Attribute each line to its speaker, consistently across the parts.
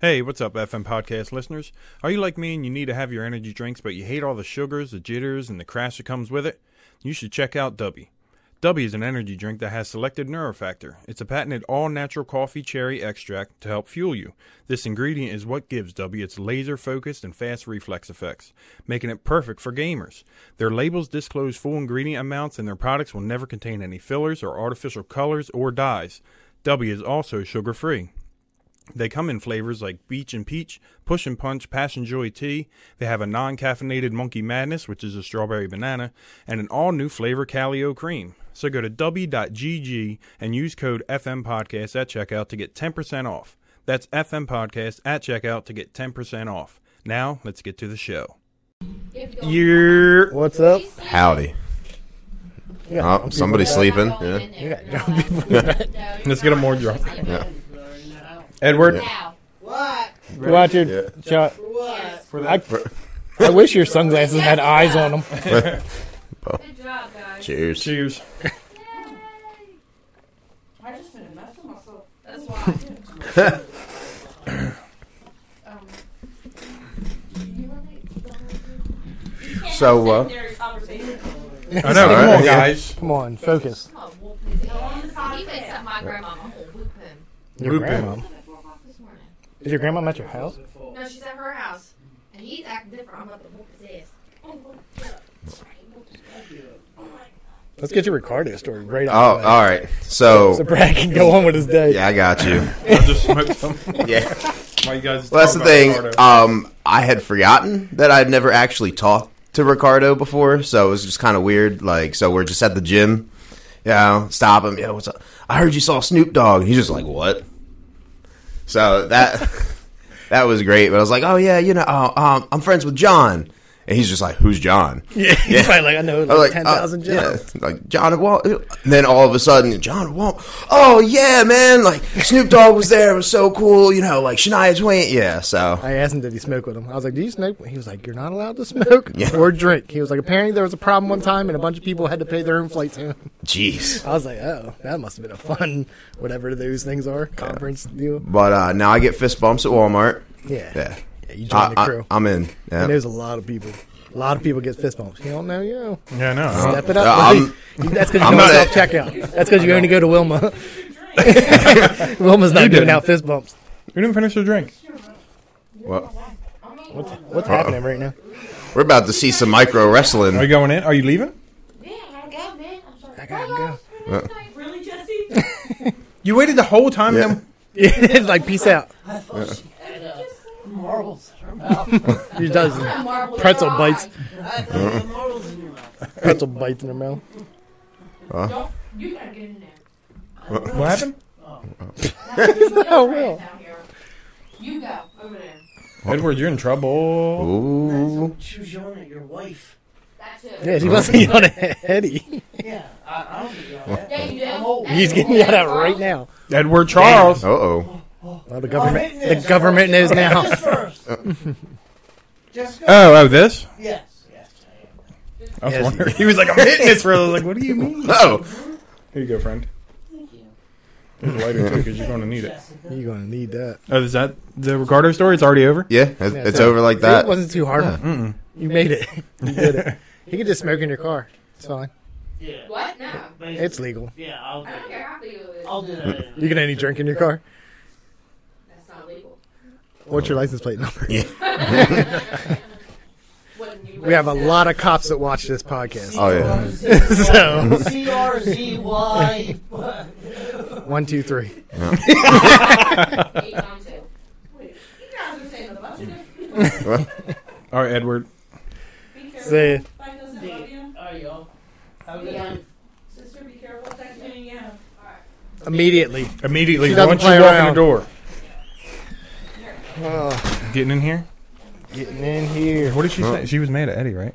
Speaker 1: Hey, what's up, FM podcast listeners? Are you like me and you need to have your energy drinks, but you hate all the sugars, the jitters, and the crash that comes with it? You should check out Dubby. Dubby is an energy drink that has selected neurofactor. It's a patented all natural coffee cherry extract to help fuel you. This ingredient is what gives Dubby its laser focused and fast reflex effects, making it perfect for gamers. Their labels disclose full ingredient amounts, and their products will never contain any fillers or artificial colors or dyes. Dubby is also sugar free. They come in flavors like Beach and Peach, Push and Punch, Passion Joy Tea. They have a non caffeinated Monkey Madness, which is a strawberry banana, and an all new flavor Calio Cream. So go to w.gg and use code FM Podcast at checkout to get 10% off. That's FM Podcast at checkout to get 10% off. Now, let's get to the show. You're.
Speaker 2: What's up?
Speaker 3: Howdy.
Speaker 2: You got
Speaker 3: Oh, somebody's sleeping. Yeah.
Speaker 2: you got dumb people in that.
Speaker 1: Let's get a more drop. Edward.
Speaker 4: What?
Speaker 2: Watch your
Speaker 3: Yeah.
Speaker 2: shot.
Speaker 4: What?
Speaker 2: I, I wish your sunglasses had eyes on them.
Speaker 5: Good job, guys.
Speaker 3: Cheers.
Speaker 1: Cheers.
Speaker 5: I just been a mess with myself. That's why. um,
Speaker 3: So, uh,
Speaker 1: I know. Come
Speaker 3: Alright.
Speaker 1: on, guys.
Speaker 2: Come on, focus.
Speaker 5: he wakes up my grandmama. I'll whoop him.
Speaker 2: Your
Speaker 1: Whooping.
Speaker 2: grandma.
Speaker 5: At four o'clock this morning.
Speaker 2: Is your grandma at your house?
Speaker 5: No, she's at her house, and he's acting different. I'm about to whoop his ass.
Speaker 2: Let's get your Ricardo story right
Speaker 3: Oh,
Speaker 2: off.
Speaker 3: all
Speaker 2: the bat.
Speaker 3: right. So,
Speaker 2: So Brad can go on with his day.
Speaker 3: yeah, I got you.
Speaker 1: I just smoked them.
Speaker 3: Yeah.
Speaker 1: Why you guys
Speaker 3: Well, that's the
Speaker 1: talk about
Speaker 3: thing.
Speaker 1: Ricardo?
Speaker 3: Um, I had forgotten that I'd never actually talked to Ricardo before, so it was just kind of weird. Like, so we're just at the gym. Yeah, you know, stop him. Yeah, what's up? I heard you saw Snoop Dogg. He's just like, what? So that that was great. But I was like, oh yeah, you know, uh, um, I'm friends with John, and he's just like, who's John?
Speaker 2: Yeah, he's probably like, I know,
Speaker 3: I
Speaker 2: like,
Speaker 3: was like,
Speaker 2: 10,000
Speaker 3: uh,
Speaker 2: jobs.
Speaker 3: yeah, like John Wall. And then all of a sudden, John Wall. Oh yeah, man! Like Snoop Dogg was there. It was so cool. You know, like Shania Twain. Yeah. So
Speaker 2: I asked him, did he smoke with him? I was like, do you smoke? He was like, you're not allowed to smoke or drink. He was like, apparently there was a problem one time and a bunch of people had to pay their own flights home.
Speaker 3: jeez.
Speaker 2: I was like, oh, that must have been a fun, whatever those things are, conference deal.
Speaker 3: But uh, now I get fist bumps at Walmart.
Speaker 2: Yeah.
Speaker 3: Yeah.
Speaker 2: Yeah, you
Speaker 3: I,
Speaker 2: joined the crew.
Speaker 3: I, I'm in. Yeah.
Speaker 2: And there's a lot of people. A lot of people get fist bumps. You don't know, you know.
Speaker 1: Uh-huh. Yeah, I know. huh?
Speaker 2: Step it up.
Speaker 3: Uh,
Speaker 2: buddy. That's because
Speaker 3: I'm
Speaker 2: you don't
Speaker 3: not
Speaker 2: self
Speaker 3: a-
Speaker 2: checkout. That's because you only go to Wilma. Wilma's not giving
Speaker 1: didn't.
Speaker 2: out fist bumps.
Speaker 1: We didn't finish the drink.
Speaker 3: Well,
Speaker 2: What's
Speaker 1: Uh-huh.
Speaker 2: happening right now?
Speaker 3: we're about to see some micro wrestling.
Speaker 1: Are you going in? Are you leaving?
Speaker 5: Yeah, I gotta go, man. I'm sorry.
Speaker 2: I gotta go.
Speaker 4: Really, Jesse?
Speaker 1: You waited the whole time.
Speaker 3: Yeah.
Speaker 1: And then-
Speaker 2: it's like peace out.
Speaker 4: I thought she had uh, marbles in her mouth.
Speaker 2: He does pretzel bites.
Speaker 4: I thought you
Speaker 1: Uh-huh.
Speaker 4: had marbles in your mouth.
Speaker 2: Pretzel bites in her mouth.
Speaker 5: Don't, you gotta get in there.
Speaker 1: what happened?
Speaker 2: Oh well.
Speaker 5: Down here. You go over there.
Speaker 1: Edward, you're in trouble.
Speaker 3: Ooh.
Speaker 4: She was yelling at your wife.
Speaker 5: That too.
Speaker 2: Yeah, she wasn't yelling at Eddie.
Speaker 4: Yeah, I, I don't think y'all
Speaker 5: Yeah, you do.
Speaker 4: I'm old.
Speaker 2: He's getting yelled at right now.
Speaker 1: Edward Charles.
Speaker 3: Uh oh.
Speaker 2: Well, the government, the government knows now.
Speaker 4: Just first. Just go.
Speaker 1: Oh, oh, this?
Speaker 4: yes, yes. I am.
Speaker 1: I was
Speaker 2: Yes.
Speaker 1: wondering. He was like, I'm hitting this for. I was like, what do you mean?
Speaker 3: Oh.
Speaker 1: Here you go, friend.
Speaker 4: Thank you.
Speaker 1: There's a lighter too, because you're going to need it.
Speaker 4: Jessica.
Speaker 2: You're gonna need that.
Speaker 1: Oh, is that the Ricardo story? It's already over.
Speaker 3: Yeah. It's,
Speaker 2: Yeah,
Speaker 3: it's
Speaker 2: so-
Speaker 3: over like
Speaker 2: See,
Speaker 3: that.
Speaker 2: It wasn't too hard. Mm.
Speaker 1: Mm-mm.
Speaker 2: You made it. You did it. You could just smoke in your car. It's fine.
Speaker 4: Yeah.
Speaker 5: What? No.
Speaker 4: Basically,
Speaker 2: It's legal.
Speaker 4: Yeah, I'll do
Speaker 5: I don't
Speaker 4: it.
Speaker 5: care how big it is.
Speaker 4: I'll do that.
Speaker 2: You can only drink in your car.
Speaker 5: That's not legal.
Speaker 2: What's your license plate number?
Speaker 5: Wouldn't you
Speaker 2: We have a lot of cops that watch this podcast.
Speaker 3: Oh yeah.
Speaker 2: So
Speaker 4: C-R-Z-Y.
Speaker 2: one, two, three.
Speaker 5: Eight times two. Wait, You guys are saying a bunch of different.
Speaker 1: All right, Edward.
Speaker 5: Be careful.
Speaker 2: Say
Speaker 5: Find those that love you.
Speaker 4: Are y'all? Have a good
Speaker 5: Yeah.
Speaker 4: night.
Speaker 5: Sister, be careful. Text me. Yeah.
Speaker 2: immediately.
Speaker 1: Immediately,
Speaker 2: She doesn't
Speaker 1: once you
Speaker 2: play
Speaker 1: walk in
Speaker 2: around.
Speaker 1: the door,
Speaker 2: Oh,
Speaker 1: getting in here.
Speaker 2: getting in here.
Speaker 1: What did she say? She was mad at Eddie, right?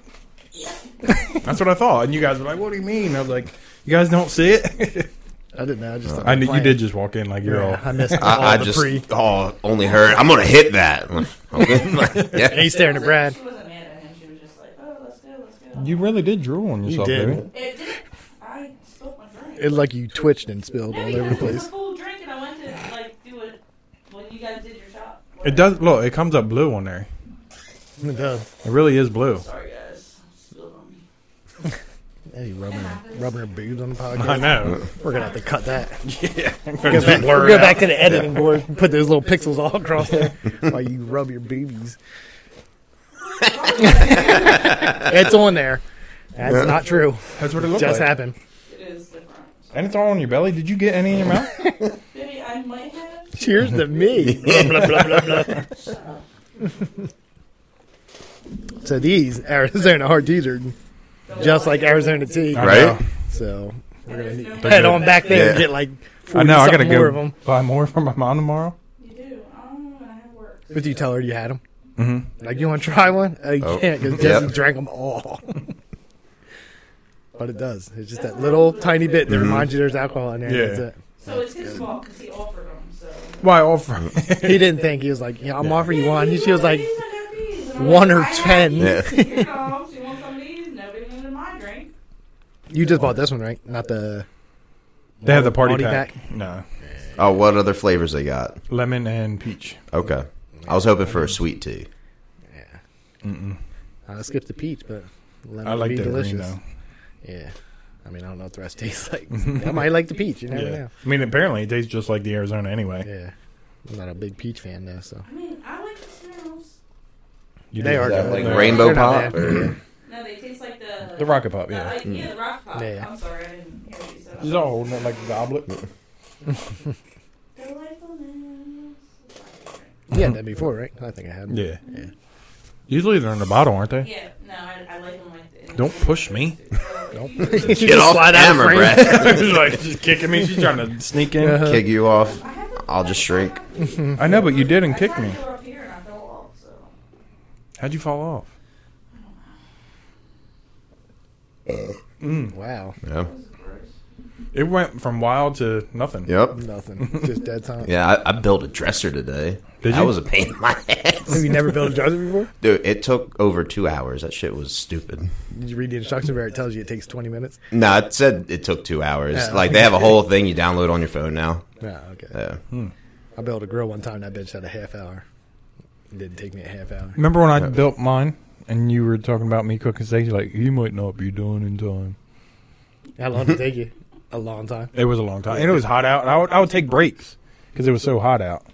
Speaker 1: That's what I thought. And you guys were like, "What do you mean?" I was like, "You guys don't see it."
Speaker 2: I didn't know. I just
Speaker 1: I knew you did just walk in like you're all.
Speaker 2: Yeah, I missed all
Speaker 3: Uh, I, I
Speaker 2: the
Speaker 3: just
Speaker 2: pre.
Speaker 3: oh only heard. I'm gonna hit that. Okay.
Speaker 2: And
Speaker 3: yeah.
Speaker 2: he's staring at Brad.
Speaker 5: She wasn't mad at him. She was just like, oh, let's go, let's go.
Speaker 1: You really did drool on yourself,
Speaker 2: did.
Speaker 1: baby.
Speaker 5: It did. I spilled my drink.
Speaker 2: It like you twitched and spilled
Speaker 5: No,
Speaker 2: all
Speaker 5: because
Speaker 2: over the
Speaker 5: it was a
Speaker 2: place.
Speaker 5: full drink, and I went to like do it when you guys did your shot.
Speaker 1: It does look. It comes up blue on there.
Speaker 2: It does.
Speaker 1: It really is blue.
Speaker 4: Sorry, guys. Spilled on me.
Speaker 2: Hey, rubbing, rubbing her boobs on the
Speaker 1: I
Speaker 2: podcast.
Speaker 1: know.
Speaker 2: We're gonna have to cut that.
Speaker 1: Just blur
Speaker 2: We'll
Speaker 1: it
Speaker 2: go
Speaker 1: out.
Speaker 2: back to the editing board and put those little pixels all across there while you rub your boobies. it's on there. That's not true.
Speaker 1: That's what it looks
Speaker 2: Just
Speaker 1: like.
Speaker 2: happened.
Speaker 4: It is different.
Speaker 1: And it's all on your belly. Did you get any in your mouth?
Speaker 4: Maybe I might have.
Speaker 2: Cheers to me. Blah, blah, blah, blah, blah. so these Arizona hard teas are just like Arizona tea.
Speaker 1: I
Speaker 3: Right?
Speaker 1: know.
Speaker 2: So we're gonna need
Speaker 1: They're
Speaker 2: head
Speaker 1: good.
Speaker 2: on back there and
Speaker 3: Yeah.
Speaker 2: get like
Speaker 1: I
Speaker 2: 40
Speaker 1: know. I gotta
Speaker 2: something
Speaker 1: go
Speaker 2: more of them.
Speaker 1: buy more for my mom tomorrow.
Speaker 4: You do. Oh, I have work.
Speaker 2: But you tell her you had them.
Speaker 1: hmm
Speaker 2: Like, you want to try one? Uh, you
Speaker 3: Oh.
Speaker 2: can't because
Speaker 3: Yep.
Speaker 2: Jesse drank them all. but it does. It's just that little tiny bit that reminds you there's alcohol in there.
Speaker 1: Mm-hmm. Yeah.
Speaker 2: That's it.
Speaker 4: So it's his fault because he offered them. So.
Speaker 1: Why offer?
Speaker 2: He didn't think. He was like, yeah, I'm offering you one.
Speaker 4: He
Speaker 2: He, she was like, one
Speaker 4: one
Speaker 2: or ten.
Speaker 3: Yeah.
Speaker 4: Here comes. You want some of these? Nobody wanted my drink.
Speaker 2: you just bought this one, right? Not the.
Speaker 1: They have the party,
Speaker 2: Party
Speaker 1: pack. No,
Speaker 3: Oh, what other flavors they got?
Speaker 1: lemon and peach.
Speaker 3: Okay. I was hoping for a sweet tea.
Speaker 2: I skipped uh, the peach, but lemon
Speaker 1: I like
Speaker 2: would
Speaker 1: the
Speaker 2: be delicious.
Speaker 1: green though.
Speaker 2: Yeah. I mean, I don't know what the rest tastes like. I might like the peach. You never
Speaker 1: Yeah.
Speaker 2: know.
Speaker 1: I mean, apparently it tastes just like the Arizona anyway.
Speaker 2: Yeah. I'm not a big peach fan, though, so.
Speaker 4: I mean, I like the smells.
Speaker 1: You
Speaker 2: They
Speaker 1: do.
Speaker 2: are
Speaker 3: Is that
Speaker 2: good.
Speaker 3: like
Speaker 1: They're-
Speaker 3: rainbow
Speaker 2: They're not
Speaker 3: pop?
Speaker 2: bad.
Speaker 3: Or?
Speaker 4: No, they taste like the
Speaker 1: The rocket pop.
Speaker 4: the-
Speaker 1: Yeah.
Speaker 4: like, yeah, the rock pop.
Speaker 2: Yeah, yeah.
Speaker 4: I'm sorry, I didn't hear what you said.
Speaker 1: It's all holding it like a goblet.
Speaker 4: Delightfulness.
Speaker 2: You had that before, right? I think I had. them.
Speaker 1: Yeah. Usually they're in the bottle, aren't they?
Speaker 4: Yeah, no, I, I like them like this.
Speaker 1: Don't push me.
Speaker 4: Don't.
Speaker 2: You just
Speaker 3: Get off
Speaker 2: slide out of
Speaker 3: camera,
Speaker 2: frame.
Speaker 3: Brett.
Speaker 1: She's like she's kicking me. She's trying to sneak in.
Speaker 2: Uh-huh.
Speaker 3: Kick you off. I'll just shrink.
Speaker 1: I know, but you didn't kick me.
Speaker 4: I tried to go up here and I fell off, so.
Speaker 1: How'd you fall off?
Speaker 2: Wow.
Speaker 3: Yeah.
Speaker 4: It was gross.
Speaker 1: It went from wild to nothing.
Speaker 3: Yep.
Speaker 2: Nothing. Just dead silence.
Speaker 3: Yeah, I, I built a dresser today.
Speaker 1: Did
Speaker 3: that
Speaker 1: you?
Speaker 3: was a pain in my ass.
Speaker 2: Have you never built a dresser before?
Speaker 3: Dude, it took over two hours. That shit was stupid.
Speaker 2: Did you read the instructions where it tells you it takes 20 minutes?
Speaker 3: No, it said it took two hours.
Speaker 2: Oh.
Speaker 3: Like, they have a whole thing you download on your phone now.
Speaker 2: No, okay.
Speaker 3: Yeah.
Speaker 2: I built a grill one time. That bitch had a half hour. It didn't take me a half hour.
Speaker 1: Remember when I built mine and you were talking about me cooking steak? You're like, you might not be done in time.
Speaker 2: How long did it take you? A long time.
Speaker 1: It was a long time. And it was hot out. And I would, I would take breaks because it was so hot out.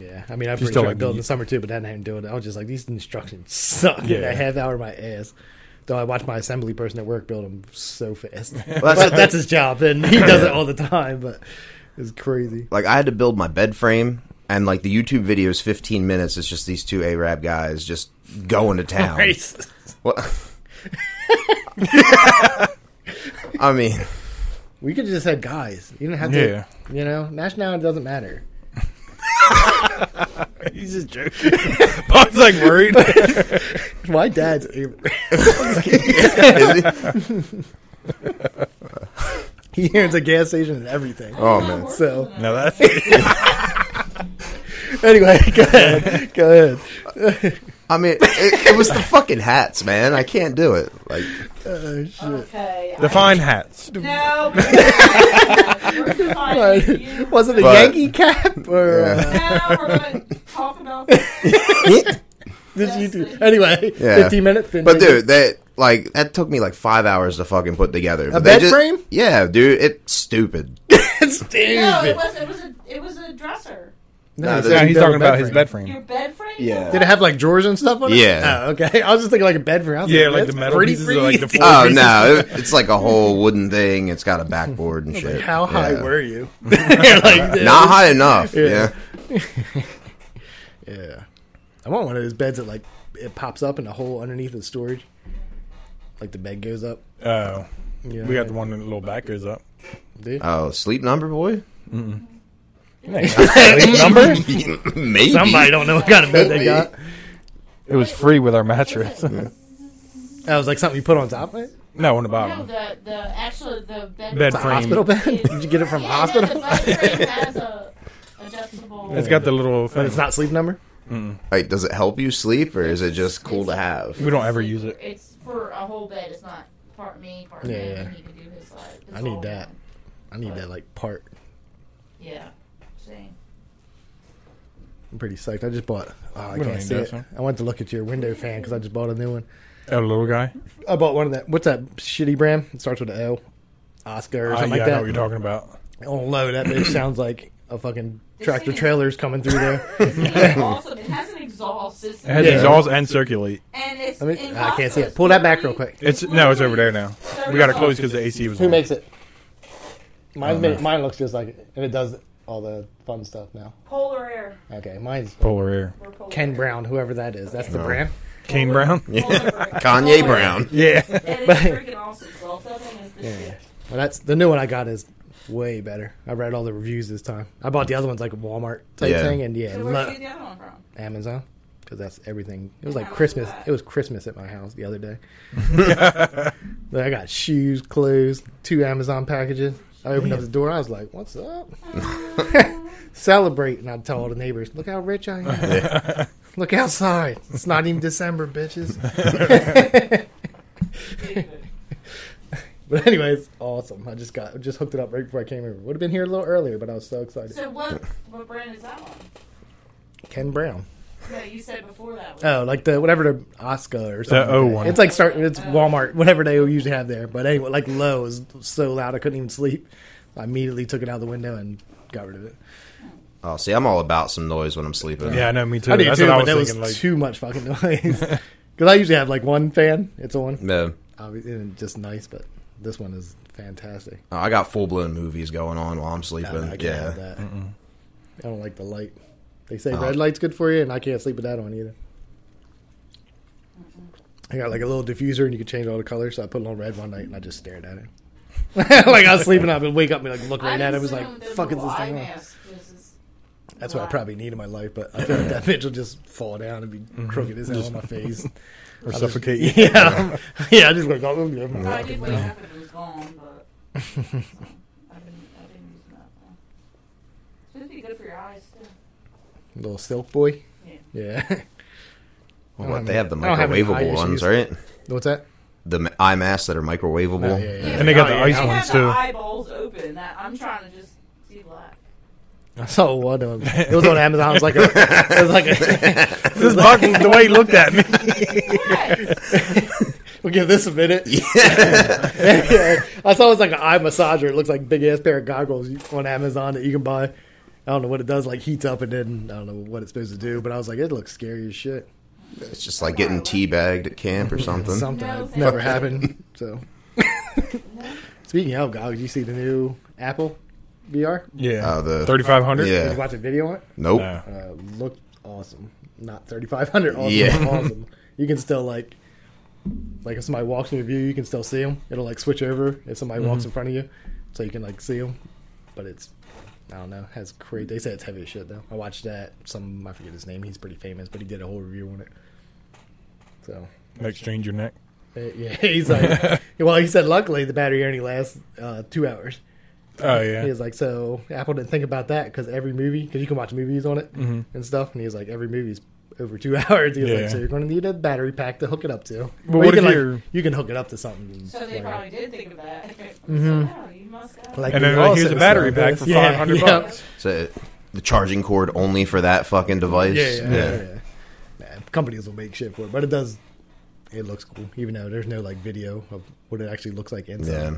Speaker 2: Yeah. I mean, I'm pretty
Speaker 1: still
Speaker 2: sure I
Speaker 1: like
Speaker 2: built in
Speaker 1: you-
Speaker 2: the summer too, but that didn't do it. I was just like, these instructions suck.
Speaker 1: Yeah.
Speaker 2: Yeah. A half hour my ass. Though I watched my assembly person at work build them so fast.
Speaker 3: Well, that's
Speaker 2: but that's his job, and he does it all the time, but it's crazy.
Speaker 3: like I had to build my bed frame and like the YouTube video is 15 minutes. It's just these two Arab guys just going to town. Well- I mean,
Speaker 2: We could have just said guys. You don't have to.
Speaker 1: Yeah.
Speaker 2: You know, nationality doesn't matter.
Speaker 1: He's just joking. I was like worried.
Speaker 2: My dad's a-
Speaker 3: is it-
Speaker 2: he owns a gas station and everything.
Speaker 3: oh man,
Speaker 2: So
Speaker 1: no, that's
Speaker 2: anyway, go ahead. Go ahead.
Speaker 3: I mean, it, it was the fucking hats, man. I can't do it. Like,
Speaker 2: Oh shit.
Speaker 4: Okay. I-
Speaker 1: define hats.
Speaker 4: No. we're defining you.
Speaker 2: Was it a
Speaker 3: But-
Speaker 2: Yankee cap or uh,
Speaker 4: Now we're going to talk about this.
Speaker 2: did you do anyway?
Speaker 3: Yeah.
Speaker 2: Fifteen minutes. didn't
Speaker 3: but
Speaker 2: take
Speaker 3: dude, that like that took me like five hours to fucking put together. But
Speaker 2: bed
Speaker 3: they just,
Speaker 2: frame?
Speaker 3: Yeah, dude, it's stupid.
Speaker 2: it. stupid.
Speaker 4: No, it was, it was, a, it was a dresser.
Speaker 3: No,
Speaker 2: he
Speaker 3: the-
Speaker 2: said
Speaker 1: Yeah,
Speaker 2: he
Speaker 1: he's
Speaker 2: built
Speaker 1: talking
Speaker 2: a bed
Speaker 1: about his
Speaker 2: frame.
Speaker 1: bed
Speaker 4: Your
Speaker 1: frame.
Speaker 4: bed frame?
Speaker 3: Yeah.
Speaker 2: Did it have like drawers and stuff on it?
Speaker 3: Yeah.
Speaker 2: Oh, okay. I was just thinking like a bed frame. I was
Speaker 1: Yeah, like the
Speaker 2: that's
Speaker 1: metal
Speaker 2: pretty
Speaker 1: pieces are like the
Speaker 2: freaky.
Speaker 1: four-
Speaker 3: Oh no, it, it's like a whole wooden thing. It's got a backboard and shit.
Speaker 2: How high
Speaker 3: Yeah.
Speaker 2: were you? like, dude.
Speaker 3: Not high enough.
Speaker 2: Yeah.
Speaker 3: yeah.
Speaker 2: Yeah. I want one of those beds that like it pops up in a hole underneath the storage. Like the bed goes up.
Speaker 1: Oh,
Speaker 2: Yeah.
Speaker 1: we got the one that the little back goes up.
Speaker 2: Dude.
Speaker 3: Oh, sleep number boy?
Speaker 2: number?
Speaker 3: Maybe.
Speaker 2: Somebody don't know what kind of bed they got.
Speaker 1: It was free with our mattress.
Speaker 2: That was like something you put on top of it.
Speaker 1: no, on the
Speaker 5: No,
Speaker 1: bottom.
Speaker 5: the the actual the bed.
Speaker 1: Bed
Speaker 2: It's a
Speaker 1: frame.
Speaker 2: hospital bed. Did you get it from a
Speaker 5: Yeah,
Speaker 2: hospital?
Speaker 5: Yeah, the bed frame has a adjustable.
Speaker 1: It's got the little thing.
Speaker 2: But it's not sleep number.
Speaker 3: Like, does it help you sleep or is it just cool to have?
Speaker 1: we don't ever use it.
Speaker 5: It's for a whole bed. It's not part me, part
Speaker 2: Yeah,
Speaker 5: him.
Speaker 2: yeah.
Speaker 5: and he can do his side. It's
Speaker 2: I need
Speaker 5: all
Speaker 2: that.
Speaker 5: one.
Speaker 2: I need that like part.
Speaker 5: Yeah. Same.
Speaker 2: I'm pretty psyched. I just bought. Oh, I
Speaker 1: We don't
Speaker 2: can't
Speaker 1: need
Speaker 2: see
Speaker 1: that,
Speaker 2: it.
Speaker 1: son.
Speaker 2: I went to look at your window fan because I just bought a new one.
Speaker 1: That little guy.
Speaker 2: I bought one of that. What's that shitty brand? It starts with an L. Oscar or
Speaker 1: Ah,
Speaker 2: something
Speaker 1: yeah,
Speaker 2: like
Speaker 1: I
Speaker 2: that.
Speaker 1: know what you're talking about.
Speaker 2: Oh, low. That bitch sounds like a fucking tractor
Speaker 5: thing is-
Speaker 2: trailer's coming through there.
Speaker 5: It's awesome. It has an exhaust
Speaker 1: It
Speaker 5: system.
Speaker 1: has
Speaker 2: Yeah.
Speaker 1: exhaust and circulate.
Speaker 5: And it's.
Speaker 2: I, mean,
Speaker 5: in
Speaker 2: I can't see it.
Speaker 5: Costco's
Speaker 2: Pull that back real
Speaker 5: literally-
Speaker 2: quick.
Speaker 1: It's no, it's over there now. We got it closed because the AC was.
Speaker 2: Who
Speaker 1: on.
Speaker 2: makes it? Mine's made, mine looks just like it, and it does all the fun stuff now.
Speaker 5: Polar Air.
Speaker 2: Okay, mine's
Speaker 1: Polar Air?
Speaker 5: We're Polar
Speaker 2: Ken
Speaker 5: Air.
Speaker 2: Brown, whoever that is. That's the
Speaker 3: No.
Speaker 2: brand.
Speaker 1: Kane Brown.
Speaker 5: Polar Air.
Speaker 2: Oh,
Speaker 3: Kanye
Speaker 5: Polar Air.
Speaker 3: Brown.
Speaker 1: Yeah.
Speaker 5: It is freaking awesome. Salt up and it's the
Speaker 2: Yeah,
Speaker 5: shit.
Speaker 2: yeah. Well, that's the new one I got is way better. I read all the reviews this time. I bought the other ones like a Walmart type
Speaker 3: Yeah.
Speaker 2: thing, and yeah,
Speaker 5: So where'd
Speaker 2: lo-
Speaker 5: you get the other one from?
Speaker 2: Amazon because that's everything. It was
Speaker 5: Yeah,
Speaker 2: like
Speaker 5: I love
Speaker 2: Christmas.
Speaker 5: that.
Speaker 2: It was Christmas at my house the other day. Like, I got shoes, clothes, two Amazon packages. I opened up the door. I was like, "What's up?" Celebrate, and I tell all the neighbors, "Look how rich I am! Look outside. It's not even December, bitches." but anyway, it's awesome. I just got just hooked it up right before I came over. Would have been here a little earlier, but I was so excited.
Speaker 5: So what? What brand is that one?
Speaker 2: Ken Brown.
Speaker 5: No, you said before that one.
Speaker 2: Oh, like the whatever the Oscar or something.
Speaker 1: O
Speaker 2: like that.
Speaker 1: one.
Speaker 2: It's like start. It's Walmart, whatever they usually have there. But anyway, like low is so loud I couldn't even sleep. I immediately took it out the window and got rid of it.
Speaker 3: Oh, see, I'm all about some noise when I'm sleeping.
Speaker 1: Yeah, I know. Me too.
Speaker 2: I did
Speaker 1: That's
Speaker 2: too,
Speaker 1: what I
Speaker 2: but
Speaker 1: was
Speaker 2: that
Speaker 1: thinking.
Speaker 2: was
Speaker 1: Like,
Speaker 2: too much fucking noise. Because I usually have like one fan. It's on,
Speaker 3: No.
Speaker 2: obviously, and just nice. But this one is fantastic.
Speaker 3: Oh, I got full blown movies going on while I'm
Speaker 2: No,
Speaker 3: sleeping.
Speaker 2: no, I can't
Speaker 3: yeah.
Speaker 2: have that. I don't like the light. They say red light's good for you, and I can't sleep with that on either. I got like a little diffuser, and you can change all the colors. So I put it on red one night, and I just stared at it. like I was sleeping, I would wake up and like look right
Speaker 5: I
Speaker 2: at it.
Speaker 5: didn't
Speaker 2: It was
Speaker 5: see
Speaker 2: like,
Speaker 5: them with the
Speaker 2: "Fuck is
Speaker 5: little
Speaker 2: this
Speaker 5: eye
Speaker 2: thing?" on?
Speaker 5: mask. This is-
Speaker 2: That's what I probably need in my life, but I feel like that bitch will just fall down and be crooked as hell on my face.
Speaker 1: or suffocate Mm-hmm. you.
Speaker 2: yeah, I'm- yeah. I just like, oh,
Speaker 5: Well, I
Speaker 2: yeah.
Speaker 5: did wake up and it was gone, but I've been I've been using that one. It's supposed to be good for your eyes too.
Speaker 2: little silk boy.
Speaker 5: Yeah.
Speaker 2: Yeah.
Speaker 3: Well,
Speaker 2: I
Speaker 3: what,
Speaker 2: don't
Speaker 3: they have the
Speaker 2: have- I don't have any
Speaker 3: microwavable
Speaker 2: eye
Speaker 3: ones,
Speaker 2: issues.
Speaker 3: right?
Speaker 2: What's that?
Speaker 3: The ma- eye masks that are microwavable.
Speaker 2: No, yeah, yeah, yeah.
Speaker 1: And they got
Speaker 2: Oh,
Speaker 1: the
Speaker 2: yeah,
Speaker 1: ice
Speaker 2: yeah.
Speaker 5: I
Speaker 1: ones
Speaker 5: have the
Speaker 1: too.
Speaker 5: eyeballs open. That I'm trying to just see black.
Speaker 2: I saw Oh, one of them. It was on Amazon. It was like a, it was like a,
Speaker 1: This bug, the way he looked at me.
Speaker 5: Yes.
Speaker 2: we'll give this a minute. I saw it was like an eye massager. It looks like a big ass pair of goggles on Amazon that you can buy. I don't know what it does. Like heats up and then I don't know what it's supposed to do. But I was like, it looks scary as shit.
Speaker 3: It's just like getting teabagged at camp or something.
Speaker 2: Something
Speaker 5: No,
Speaker 2: that's
Speaker 5: thank
Speaker 2: never
Speaker 5: you.
Speaker 2: happened. So, speaking of goggles, you see the new Apple VR?
Speaker 1: Yeah.
Speaker 3: Uh, the-
Speaker 1: 3500.
Speaker 2: Did you
Speaker 3: Yeah.
Speaker 2: watch a video on it?
Speaker 3: Nope.
Speaker 1: No.
Speaker 2: uh, looked awesome. Not 3,500 awesome.
Speaker 3: Yeah.
Speaker 2: awesome. You can still like, like if somebody walks in your view, you can still see them. It'll like switch over if somebody walks in front of you, so you can like see them. But it's, I don't know, has crazy. They say it's heavy as shit though. I watched that. Some I forget his name. He's pretty famous, but he did a whole review on it. So
Speaker 1: Like strain your neck.
Speaker 2: uh, yeah, he's like, well, he said luckily the battery only lasts uh, two hours.
Speaker 1: Oh yeah.
Speaker 2: He was like, so Apple didn't think about that because every movie, because you can watch movies on it and stuff. And he was like, every movie's over two hours. He was
Speaker 1: Mm-hmm. Yeah.
Speaker 2: like, so you're going to need a battery pack to hook it up to.
Speaker 1: But
Speaker 2: Or
Speaker 1: what
Speaker 2: you can,
Speaker 1: if
Speaker 2: like,
Speaker 1: you're-
Speaker 2: you can hook it up to something.
Speaker 5: So they
Speaker 2: like-
Speaker 5: probably did think of that.
Speaker 2: Mm.
Speaker 5: So, oh, you must have.
Speaker 2: like
Speaker 1: And
Speaker 2: the
Speaker 1: then, like, here's
Speaker 2: Allstate
Speaker 1: a battery
Speaker 2: stuff
Speaker 1: pack
Speaker 2: is.
Speaker 1: for 500 bucks.
Speaker 3: So the charging cord only for that fucking device.
Speaker 2: Yeah, yeah, yeah. yeah. Nah, companies will make shit for it, but it does. It looks cool, even though there's no like video of what it actually looks like inside.
Speaker 3: Yeah.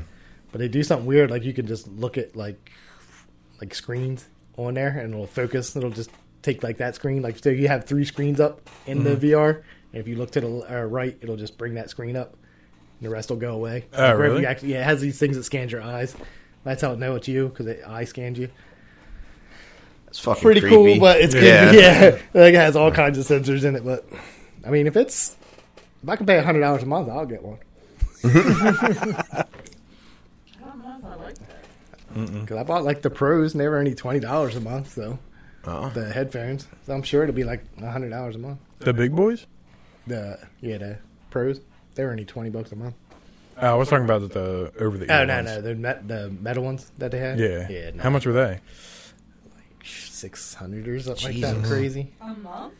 Speaker 2: But they do something weird, like you can just look at like like screens on there, and it'll focus. It'll just take like that screen. Like so, you have three screens up in the VR, and if you look to the l- uh, right, it'll just bring that screen up. And the rest will go away.
Speaker 1: Oh,
Speaker 2: Like, wherever
Speaker 1: really?
Speaker 2: you actually, yeah, it has these things that scans your eyes. That's how it know it's you because it eye scans you
Speaker 3: It's fucking
Speaker 2: pretty
Speaker 3: creepy.
Speaker 2: cool, but it's
Speaker 3: Yeah.
Speaker 2: creepy. Yeah, like it has all kinds of sensors in it. But I mean, if it's if I can pay hundred dollars a month, I'll get one
Speaker 5: I don't know if I like that.
Speaker 2: because I bought like the pros, and they were only twenty dollars a month. So
Speaker 3: Oh.
Speaker 2: the headphones, so I'm sure it'll be like hundred dollars a month.
Speaker 1: The big boys?
Speaker 2: The yeah, the pros, they were only twenty bucks a month.
Speaker 1: Uh, I was talking about the over the.
Speaker 2: Oh
Speaker 1: ear
Speaker 2: no,
Speaker 1: ones.
Speaker 2: no, the met, the metal ones that they had.
Speaker 1: Yeah.
Speaker 2: yeah, no,
Speaker 1: How much were they?
Speaker 2: six hundred or something like that? Crazy.
Speaker 5: A month?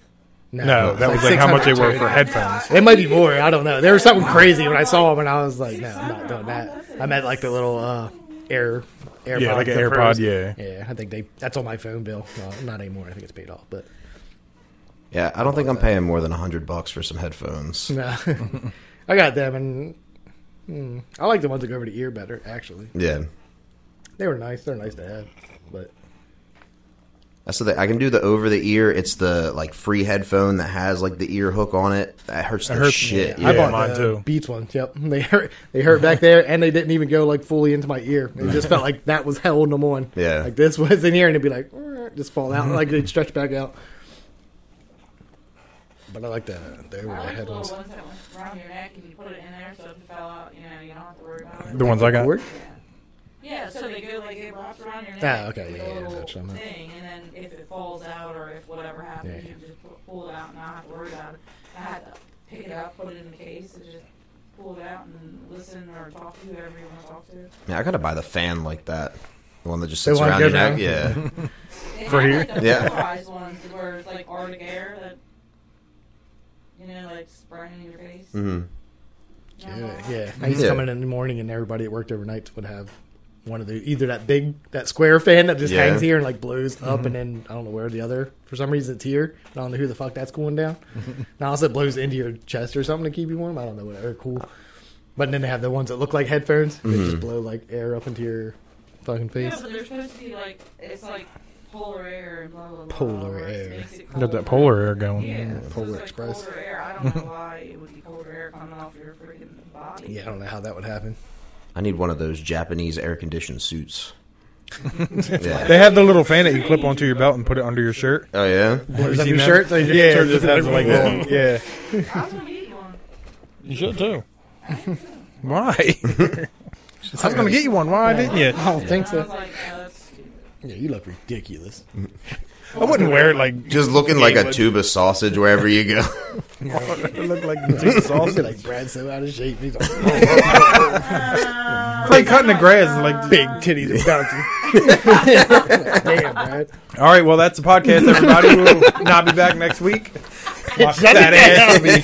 Speaker 1: No, that was like how much they were for
Speaker 2: $600.
Speaker 1: headphones.
Speaker 2: It might be more. I don't know. There was something crazy when I saw them, and I was like, "No, I'm not doing that." I meant like the little uh, air, AirPod.
Speaker 1: Yeah, like an AirPod, yeah.
Speaker 2: yeah. I think they. That's on my phone bill. Well, not anymore. I think it's paid off. But
Speaker 3: Yeah, I don't think I'm paying more than a hundred bucks for some headphones.
Speaker 2: Nah. uh, I got them, and mm, I like the ones that go over the ear better. Actually,
Speaker 3: Yeah,
Speaker 2: they were nice. They're nice to have, but
Speaker 3: that's the thing. I can do the over the ear. It's the like free headphone that has like the ear hook on it. That hurts the
Speaker 1: hurts-
Speaker 3: shit.
Speaker 1: yeah,
Speaker 3: Yeah,
Speaker 2: I bought
Speaker 1: mine
Speaker 2: the
Speaker 1: too.
Speaker 2: Beats ones. Yep, they hurt. They hurt back there, and they didn't even go like fully into my ear. It just felt like that was holding them on.
Speaker 3: Yeah.
Speaker 2: like this was in here, and it'd be like "Mm," just fall out, like they'd stretch back out. But I like the the over
Speaker 5: I
Speaker 2: the
Speaker 5: like
Speaker 2: head
Speaker 5: the
Speaker 2: ones.
Speaker 5: little ones that went around your neck and you put it in there so if it fell out, you know, you don't have to worry about it.
Speaker 1: The ones I got.
Speaker 2: Cord?
Speaker 5: Yeah, so they go like it wraps around your neck.
Speaker 2: Ah, okay,
Speaker 5: with
Speaker 2: yeah,
Speaker 5: a
Speaker 2: yeah,
Speaker 5: little
Speaker 2: that's what I meant.
Speaker 5: thing, and then if it falls out or if whatever happens,
Speaker 2: Yeah.
Speaker 5: you just pu- pull it out and not have to worry about it. I had to pick it up, put it in the case, and just pull it out and listen or talk to whoever you want to talk to.
Speaker 3: Yeah, I gotta buy the fan like that, the one that just
Speaker 2: They
Speaker 3: sits
Speaker 2: wanna
Speaker 3: around
Speaker 2: go
Speaker 3: your neck.
Speaker 2: down.
Speaker 3: Yeah,
Speaker 5: They
Speaker 1: For
Speaker 5: have,
Speaker 1: here?
Speaker 5: like, the
Speaker 3: Yeah.
Speaker 5: polarized ones where it's like Arctic air that you know, like spraying in your face.
Speaker 3: Mhm.
Speaker 2: Yeah, yeah. I used
Speaker 3: Yeah.
Speaker 2: to come in in the morning, and everybody that worked overnight would have one of the either that big that square fan that just
Speaker 3: Yeah.
Speaker 2: hangs here and like blows up,
Speaker 1: Mm-hmm.
Speaker 2: and then I don't know where the other for some reason it's here. I don't know who the fuck that's going down. and also it blows into your chest or something to keep you warm. I don't know whatever. Cool. But then they have the ones that look like headphones. They
Speaker 3: Mm-hmm.
Speaker 2: just blow like air up into your fucking
Speaker 5: Yeah,
Speaker 2: face.
Speaker 5: but they're supposed to be like it's like polar air and blah blah blah.
Speaker 2: Polar
Speaker 5: where it
Speaker 2: air. Mm,
Speaker 5: makes it
Speaker 1: Got that
Speaker 5: colder.
Speaker 1: polar air going.
Speaker 5: Yeah, so
Speaker 2: Polar
Speaker 5: it's like
Speaker 2: Express.
Speaker 5: Polar air. I don't know why it would be polar air coming off your freaking body.
Speaker 2: Yeah, I don't know how that would happen.
Speaker 3: I need one of those Japanese air conditioned suits. yeah.
Speaker 1: They have the little fan that you clip onto your belt and put it under your shirt.
Speaker 3: Oh yeah.
Speaker 1: Have
Speaker 2: Blows
Speaker 1: you
Speaker 2: up
Speaker 1: seen
Speaker 2: your
Speaker 1: that?
Speaker 2: shirt. so you
Speaker 1: Yeah, it
Speaker 2: turn
Speaker 1: just
Speaker 2: it
Speaker 1: has like
Speaker 2: around.
Speaker 1: that. Yeah,
Speaker 5: I was gonna get you one.
Speaker 1: you should too. Why? I was gonna get you one. Why didn't you?
Speaker 2: I don't think
Speaker 5: And I was
Speaker 2: so.
Speaker 5: like, uh, no, that's stupid.
Speaker 2: Yeah, you look ridiculous.
Speaker 1: I wouldn't wear it like
Speaker 3: Just looking like a
Speaker 1: Gatewood.
Speaker 3: tube of sausage wherever you go.
Speaker 1: it looked like the
Speaker 2: I feel
Speaker 1: sausage.
Speaker 2: like Brad's so out of shape. He's like,
Speaker 1: It's like cutting the grass. It's like
Speaker 2: big titties and bouncing. Damn, Brad.
Speaker 1: All right, well, that's the podcast, everybody. We'll not be back next week. My
Speaker 2: Shut it
Speaker 1: fat ass will be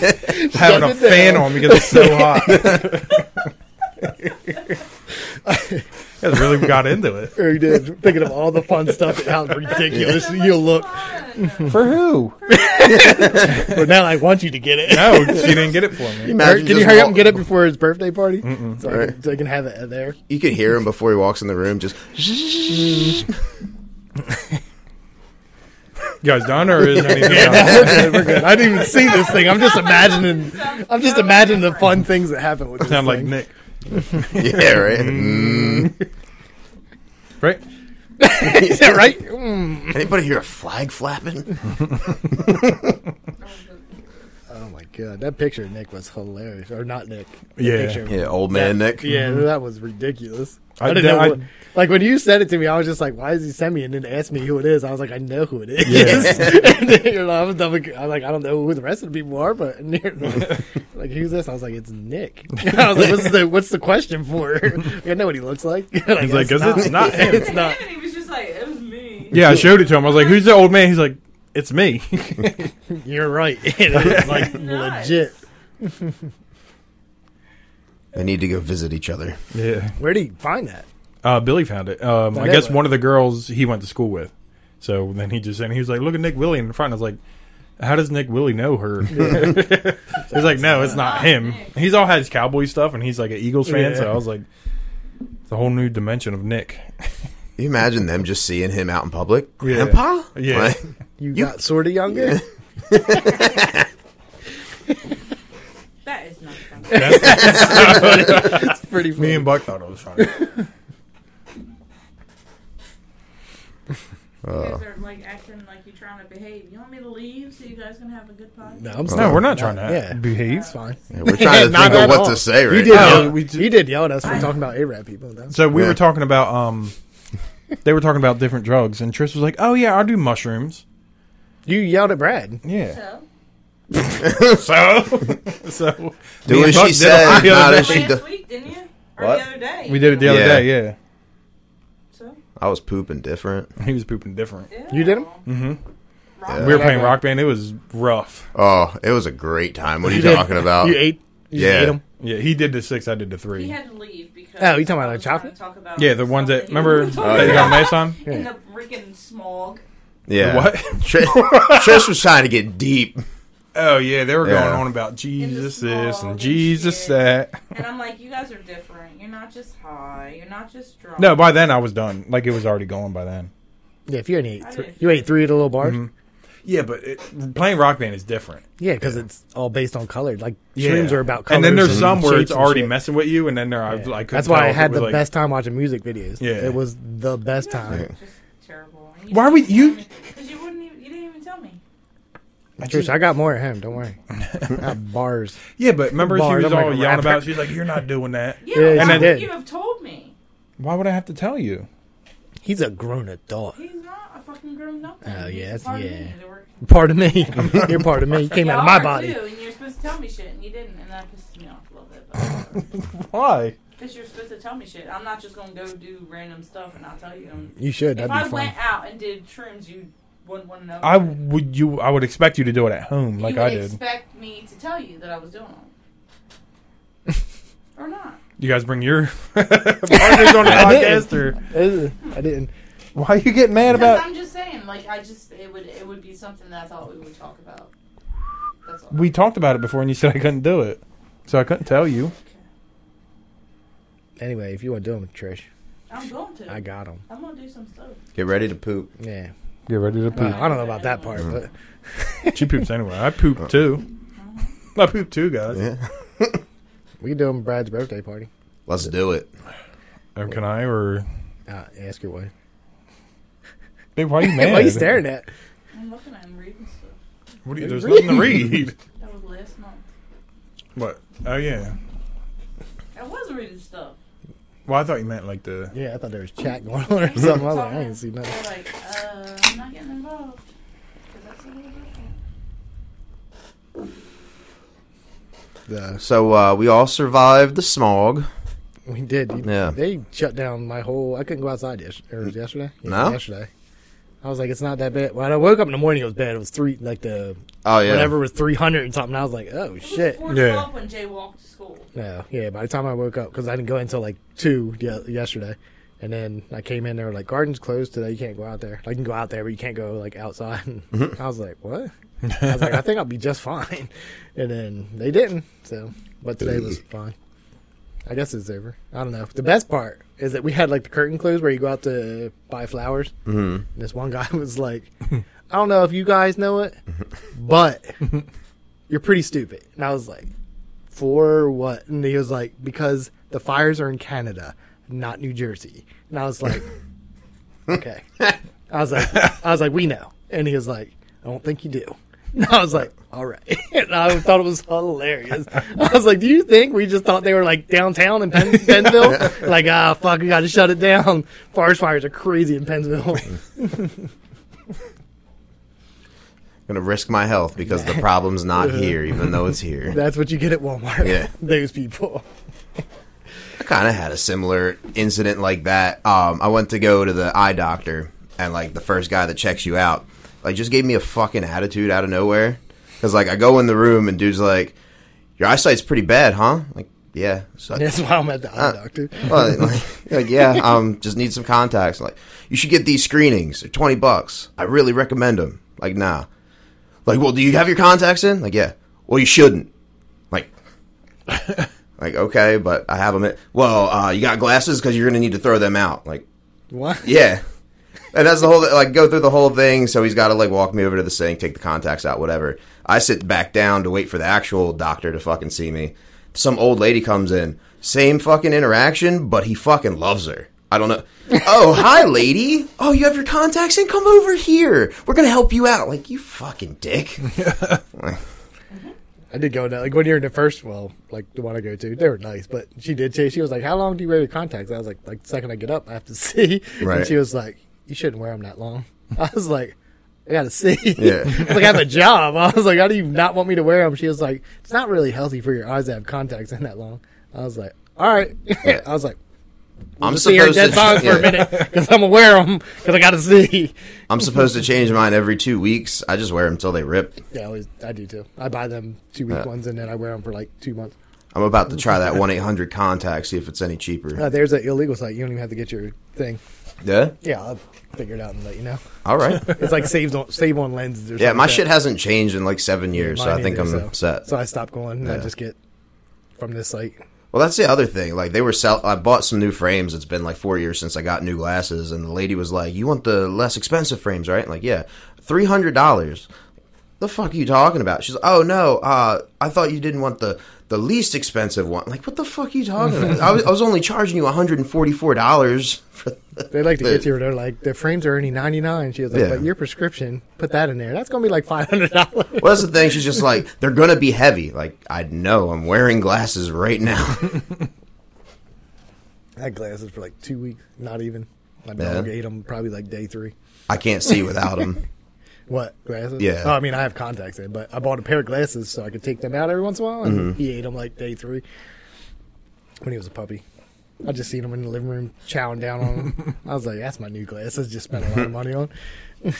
Speaker 1: having a
Speaker 2: Shut it
Speaker 1: fan
Speaker 2: down.
Speaker 1: on because it's so hot. yeah, really got into it.
Speaker 2: Or he did. Thinking of all the fun stuff and how ridiculous you look.
Speaker 1: For who?
Speaker 2: But now I want you to get it.
Speaker 1: No, she didn't get it for me.
Speaker 3: Imagine
Speaker 2: can you
Speaker 3: just
Speaker 2: hurry up
Speaker 3: walk-
Speaker 2: and get it before his birthday party? So, I can, so I can have it there.
Speaker 3: You can hear him before he walks in the room. Just
Speaker 1: You guys done, or is there anything
Speaker 2: We're
Speaker 1: else?
Speaker 2: good, we're good. I didn't even see this thing. I'm just imagining. I'm just imagining the fun things that happen with this
Speaker 1: Sound like
Speaker 2: thing.
Speaker 1: Nick,
Speaker 3: yeah, right.
Speaker 2: Mm-hmm.
Speaker 3: Mm.
Speaker 1: right?
Speaker 2: Is that right? Mm.
Speaker 3: Anybody hear a flag flapping?
Speaker 2: Oh my god, that picture of Nick was hilarious. Or not Nick. The
Speaker 1: Yeah.
Speaker 2: picture of
Speaker 3: Yeah, old man
Speaker 2: that,
Speaker 3: Nick.
Speaker 2: Yeah, that was ridiculous. I,
Speaker 1: I
Speaker 2: didn't know.
Speaker 1: d- I-
Speaker 2: what, like when you said it to me, I was just like, "Why does he send me?" And then asked me who it is. I was like, "I know who it is." and then, you know, I was double, I'm like, "I don't know who the rest of the people are," but and they're like, like, who's this? I was like, "It's Nick." I was like, "What's the what's the question for?" I know what he looks like. like
Speaker 1: He's like,
Speaker 2: "It's
Speaker 1: 'Cause it's not him."
Speaker 2: it's not.
Speaker 5: And he was just like, it was me.
Speaker 1: Yeah, I showed it to him. I was like, "Who's the old man?" He's like, "It's me."
Speaker 2: You're right. It is like
Speaker 5: Nice.
Speaker 2: legit.
Speaker 3: They need to go visit each other.
Speaker 1: yeah.
Speaker 2: Where did he find that?
Speaker 1: Uh, Billy found it. Um, I
Speaker 2: That
Speaker 1: guess
Speaker 2: was-
Speaker 1: one of the girls he went to school with. So then he just and he was like, "Look at Nick Willie in front." I was like, "How does Nick Willie know her?" he's like, "No, it's not him." He's all had his cowboy stuff, and he's like an Eagles fan. So
Speaker 2: Yeah.
Speaker 1: I was like, "It's a whole new dimension of Nick."
Speaker 3: You imagine them just seeing him out in public, Grandpa?
Speaker 1: Yeah.
Speaker 3: Like,
Speaker 2: You, got sort of younger.
Speaker 5: That is not funny.
Speaker 2: It's pretty funny.
Speaker 1: Me and Buck thought it was funny.
Speaker 5: You guys
Speaker 2: Uh.
Speaker 5: are like acting like you're trying to behave. You want me to leave so you guys can have a good podcast?
Speaker 2: no, I'm
Speaker 1: no,
Speaker 2: sorry.
Speaker 1: we're not trying to
Speaker 2: Yeah.
Speaker 1: behave.
Speaker 2: It's fine.
Speaker 3: yeah, we're trying to
Speaker 1: Not
Speaker 3: think of
Speaker 1: at
Speaker 3: what
Speaker 1: all.
Speaker 3: to say
Speaker 2: You
Speaker 3: right
Speaker 2: did,
Speaker 3: now.
Speaker 2: yell,
Speaker 1: we
Speaker 2: you did yell at us for talking about Arab people. Though.
Speaker 1: So we
Speaker 3: Yeah.
Speaker 1: were talking about um, they were talking about different drugs, and Tris was like, "Oh yeah, I'll do mushrooms."
Speaker 2: You yelled at Brad.
Speaker 1: Yeah.
Speaker 5: So,
Speaker 1: So, so
Speaker 3: Do as she said, not as she
Speaker 5: last
Speaker 3: does.
Speaker 5: week, didn't you? Or
Speaker 3: What?
Speaker 5: the other day?
Speaker 1: We did it the other
Speaker 3: Yeah.
Speaker 1: day. Yeah.
Speaker 5: So,
Speaker 3: I was pooping different.
Speaker 1: He was pooping different.
Speaker 2: You did 'em?
Speaker 5: Rock-
Speaker 1: We were playing rock band. It was rough.
Speaker 3: Oh, it was a great time. What are you,
Speaker 2: did-
Speaker 3: talking about?
Speaker 2: You ate. You just
Speaker 3: Yeah.
Speaker 2: ate 'em?
Speaker 1: Yeah, he did the six. I did the three.
Speaker 5: He had to leave because.
Speaker 2: Oh, you talking about
Speaker 5: I
Speaker 2: like
Speaker 5: was trying
Speaker 2: chocolate?
Speaker 5: to talk about
Speaker 1: yeah, the ones that
Speaker 5: something he
Speaker 1: remember
Speaker 5: was
Speaker 1: that you got a mace on.
Speaker 5: In the freaking smog.
Speaker 3: Yeah.
Speaker 1: What?
Speaker 3: Trish, Trish was trying to get deep.
Speaker 1: Oh yeah, they were
Speaker 3: Yeah.
Speaker 1: going on about Jesus this and
Speaker 5: small and
Speaker 1: Jesus
Speaker 5: shit.
Speaker 1: that.
Speaker 5: And I'm like, you guys are different. You're not just high. You're not just drunk.
Speaker 1: No, by then I was done. Like it was already going by then.
Speaker 2: Yeah, if you only ate
Speaker 5: I
Speaker 2: three,
Speaker 5: didn't-
Speaker 2: you ate three at a little bar.
Speaker 1: Yeah, but it, playing Rock Band is different.
Speaker 2: Yeah, because it's all based on color. Like
Speaker 1: Yeah.
Speaker 2: streams are about colors.
Speaker 1: And then there's some where
Speaker 2: shapes
Speaker 1: it's
Speaker 2: and
Speaker 1: already
Speaker 2: shit.
Speaker 1: messing with you, and then there I, was- I couldn't.
Speaker 2: That's why
Speaker 1: tell
Speaker 2: I
Speaker 1: if it
Speaker 2: had
Speaker 1: was
Speaker 2: the
Speaker 1: like-
Speaker 2: best time watching music videos.
Speaker 1: Yeah.
Speaker 2: it was the best time.
Speaker 5: Just terrible.
Speaker 1: Why would you-
Speaker 5: Because you wouldn't even. You didn't even tell me.
Speaker 2: Trish, I got more at him. Don't worry. I got bars.
Speaker 1: Yeah, but remember she
Speaker 2: Bars,
Speaker 1: was
Speaker 2: I'm like
Speaker 1: all
Speaker 2: a
Speaker 1: yelling
Speaker 2: rapper.
Speaker 1: about. it? She's like, "You're not doing that."
Speaker 5: Yeah,
Speaker 2: Yeah,
Speaker 5: why
Speaker 1: she
Speaker 5: would
Speaker 1: did.
Speaker 5: you have told me?
Speaker 1: Why would I have to tell you?
Speaker 2: He's a grown adult.
Speaker 5: He's not a fucking grown up.
Speaker 2: Oh,
Speaker 5: He's
Speaker 2: yes,
Speaker 5: part of
Speaker 2: yeah.
Speaker 5: me. They were-
Speaker 2: Part of me. You're part of me. You came out of my
Speaker 5: Y'all are
Speaker 2: body.
Speaker 5: Too, and you're supposed to tell me shit, and you didn't, and that pissed me off a little bit. But
Speaker 1: Why?
Speaker 5: because you're supposed to tell me shit, I'm not just gonna go do random stuff, and I'll tell you. And
Speaker 2: You should.
Speaker 5: if
Speaker 2: That'd
Speaker 5: I
Speaker 2: be fun.
Speaker 5: went out and did trims, you wouldn't want to know.
Speaker 1: I would you. I would expect you to do it at home, like
Speaker 5: you
Speaker 1: I
Speaker 5: would
Speaker 1: did.
Speaker 5: expect me to tell you that I was doing it, or not?
Speaker 1: you guys bring your partners on the
Speaker 2: I
Speaker 1: podcast, or
Speaker 2: Uh, I didn't.
Speaker 1: why are you getting mad
Speaker 5: Because
Speaker 1: about?
Speaker 5: I'm just saying, like I just it would it would be something that I thought we would talk about. That's all.
Speaker 1: We talked about it before, and you said I couldn't do it, so I couldn't tell you.
Speaker 2: Anyway, if you want to do them, Trish,
Speaker 5: I'm going to.
Speaker 2: I got them.
Speaker 5: I'm gonna do some stuff.
Speaker 3: Get ready to poop.
Speaker 2: Yeah.
Speaker 1: Get ready to
Speaker 2: Well,
Speaker 1: poop.
Speaker 2: Uh, I don't know about that part,
Speaker 3: Mm-hmm.
Speaker 2: but
Speaker 1: she poops anyway. I poop too. I poop too, guys.
Speaker 3: Yeah.
Speaker 2: we can do them Brad's birthday party.
Speaker 3: Let's do it.
Speaker 1: Or Oh, can I? Or
Speaker 2: Uh, ask your wife.
Speaker 1: babe, why are you
Speaker 2: Hey,
Speaker 1: mad?
Speaker 2: why are you staring at?
Speaker 5: I'm looking at him reading stuff.
Speaker 1: What are you, there's nothing to read.
Speaker 5: That was last month.
Speaker 1: What? Oh yeah.
Speaker 5: I was reading stuff.
Speaker 1: Well, I thought you meant like the.
Speaker 2: Yeah, I thought there was chat going on or something. I was like, I didn't see nothing.
Speaker 5: They're like, uh, I'm not getting involved. 'Cause that's a little different.
Speaker 2: The-
Speaker 3: So uh, we all survived the smog.
Speaker 2: we did. You-
Speaker 3: Yeah.
Speaker 2: They shut down my whole. I couldn't go outside yes, or was yesterday. Yeah,
Speaker 3: No?
Speaker 2: Yesterday. I was like, it's not that bad. When I woke up in the morning, it was bad. It was three, like the
Speaker 3: Oh yeah.
Speaker 2: whatever was three hundred and something. I was like, oh
Speaker 5: It was
Speaker 2: shit.
Speaker 5: 412 when Jay walked to school.
Speaker 2: No, yeah. By the time I woke up, because I didn't go until like two ye- yesterday, and then I came in. They were like, "Garden's closed today. You can't go out there. Like, you can go out there, but you can't go like outside." I was like, "What?" I was like, "I think I'll be just fine," and then they didn't. So, but today was fine. I guess it's over. I don't know. The best part is that we had like the curtain closed where you go out to buy flowers. Mm-hmm. And this one guy was like, "I don't know if you guys know it, but you're pretty stupid." And I was like, for what? And he was like, because the fires are in Canada, not New Jersey. And I was like, okay. I was like, I was like, we know. And he was like, I don't think you do. And I was like, all right. And I thought it was hilarious. I was like, do you think we just thought they were like downtown in Pen- Pennsville? like, ah, fuck, we got to shut it down. Forest fires are crazy in Pennsville.
Speaker 3: Gonna risk my health because the problem's not here, even though it's here.
Speaker 2: That's what you get at Walmart.
Speaker 3: Yeah.
Speaker 2: Those people.
Speaker 3: I kind of had a similar incident like that. Um, I went to go to the eye doctor, and like the first guy that checks you out, like just gave me a fucking attitude out of nowhere. Cause like I go in the room and dude's like, "Your eyesight's pretty bad, huh?" Like, yeah. So I-
Speaker 2: That's why I'm at the eye doctor.
Speaker 3: well, like, like, yeah, um, just need some contacts. Like, you should get these screenings. They're twenty bucks. I really recommend them. Like, nah. Like, well, do you have your contacts in? Like, yeah. Well, you shouldn't. Like, like okay, but I have them. In. Well, uh, you got glasses because you're gonna need to throw them out. Like,
Speaker 2: What?
Speaker 3: yeah. And that's the whole like go through the whole thing. So he's got to like walk me over to the sink, take the contacts out, whatever. I sit back down to wait for the actual doctor to fucking see me. Some old lady comes in, same fucking interaction, but he fucking loves her. I don't know. Oh, hi, lady. Oh, you have your contacts in. Come over here. We're gonna help you out. Like you fucking dick.
Speaker 2: I did go to like when you're in the first well, like the one I go to, they were nice, but she did say she was like, "How long do you wear your contacts?" I was like, "Like the second I get up, I have to see."
Speaker 3: Right.
Speaker 2: And she was like, "You shouldn't wear them that long." I was like, "I gotta see."
Speaker 3: Yeah.
Speaker 2: I was like, "I have a job." I was like, "How do you not want me to wear them?" She was like, "It's not really healthy for your eyes to have contacts in that long." I was like, "All right." I was like,
Speaker 3: I'm
Speaker 2: "See your
Speaker 3: supposed
Speaker 2: dead silence
Speaker 3: to.
Speaker 2: for
Speaker 3: yeah.
Speaker 2: a minute because I'm gonna wear them because I gotta see."
Speaker 3: I'm supposed to change mine every two weeks. I just wear them till they rip.
Speaker 2: Yeah, I, always, I do too. I buy them two week
Speaker 3: Yeah.
Speaker 2: ones and then I wear them for like two months.
Speaker 3: I'm about to try that one eight hundred contact. See if it's any cheaper.
Speaker 2: Uh, there's an illegal site. You don't even have to get your thing.
Speaker 3: Yeah.
Speaker 2: Yeah, I'll figure it out and let you know.
Speaker 3: All right.
Speaker 2: It's like saved on save on lenses. Or
Speaker 3: Yeah,
Speaker 2: something
Speaker 3: my
Speaker 2: like
Speaker 3: shit
Speaker 2: that.
Speaker 3: hasn't changed in like seven years, so
Speaker 2: Mine
Speaker 3: I think I'm
Speaker 2: either,
Speaker 3: set.
Speaker 2: So I stopped going. and I
Speaker 3: Yeah.
Speaker 2: just get from this site.
Speaker 3: Well, that's the other thing. Like they were sell. I bought some new frames. It's been like four years since I got new glasses, and the lady was like, "You want the less expensive frames, right?" i like, yeah, three hundred dollars. The fuck are you talking about? She's like, "Oh no, uh, I thought you didn't want the the least expensive one." I'm like, what the fuck are you talking about? I was, I was only charging you one hundred and forty four dollars for. The-
Speaker 2: They like to
Speaker 3: the-
Speaker 2: get you. where They're like the frames are only ninety nine. She was like,
Speaker 3: Yeah.
Speaker 2: but your prescription, put that in there. That's gonna be like five hundred dollars.
Speaker 3: well, that's the thing. She's just like, they're gonna be heavy. Like I know, I'm wearing glasses right now.
Speaker 2: I had glasses for like two weeks. Not even. My
Speaker 3: Yeah.
Speaker 2: dog ate them probably like day three.
Speaker 3: I can't see without them.
Speaker 2: What glasses?
Speaker 3: Yeah.
Speaker 2: Oh, I mean, I have contacts in, but I bought a pair of glasses so I could take them out every once in a while. And he ate them like day three when he was a puppy. I just seen him in the living room chowing down on them. I was like, "That's my new glasses. Just spent a lot of money on."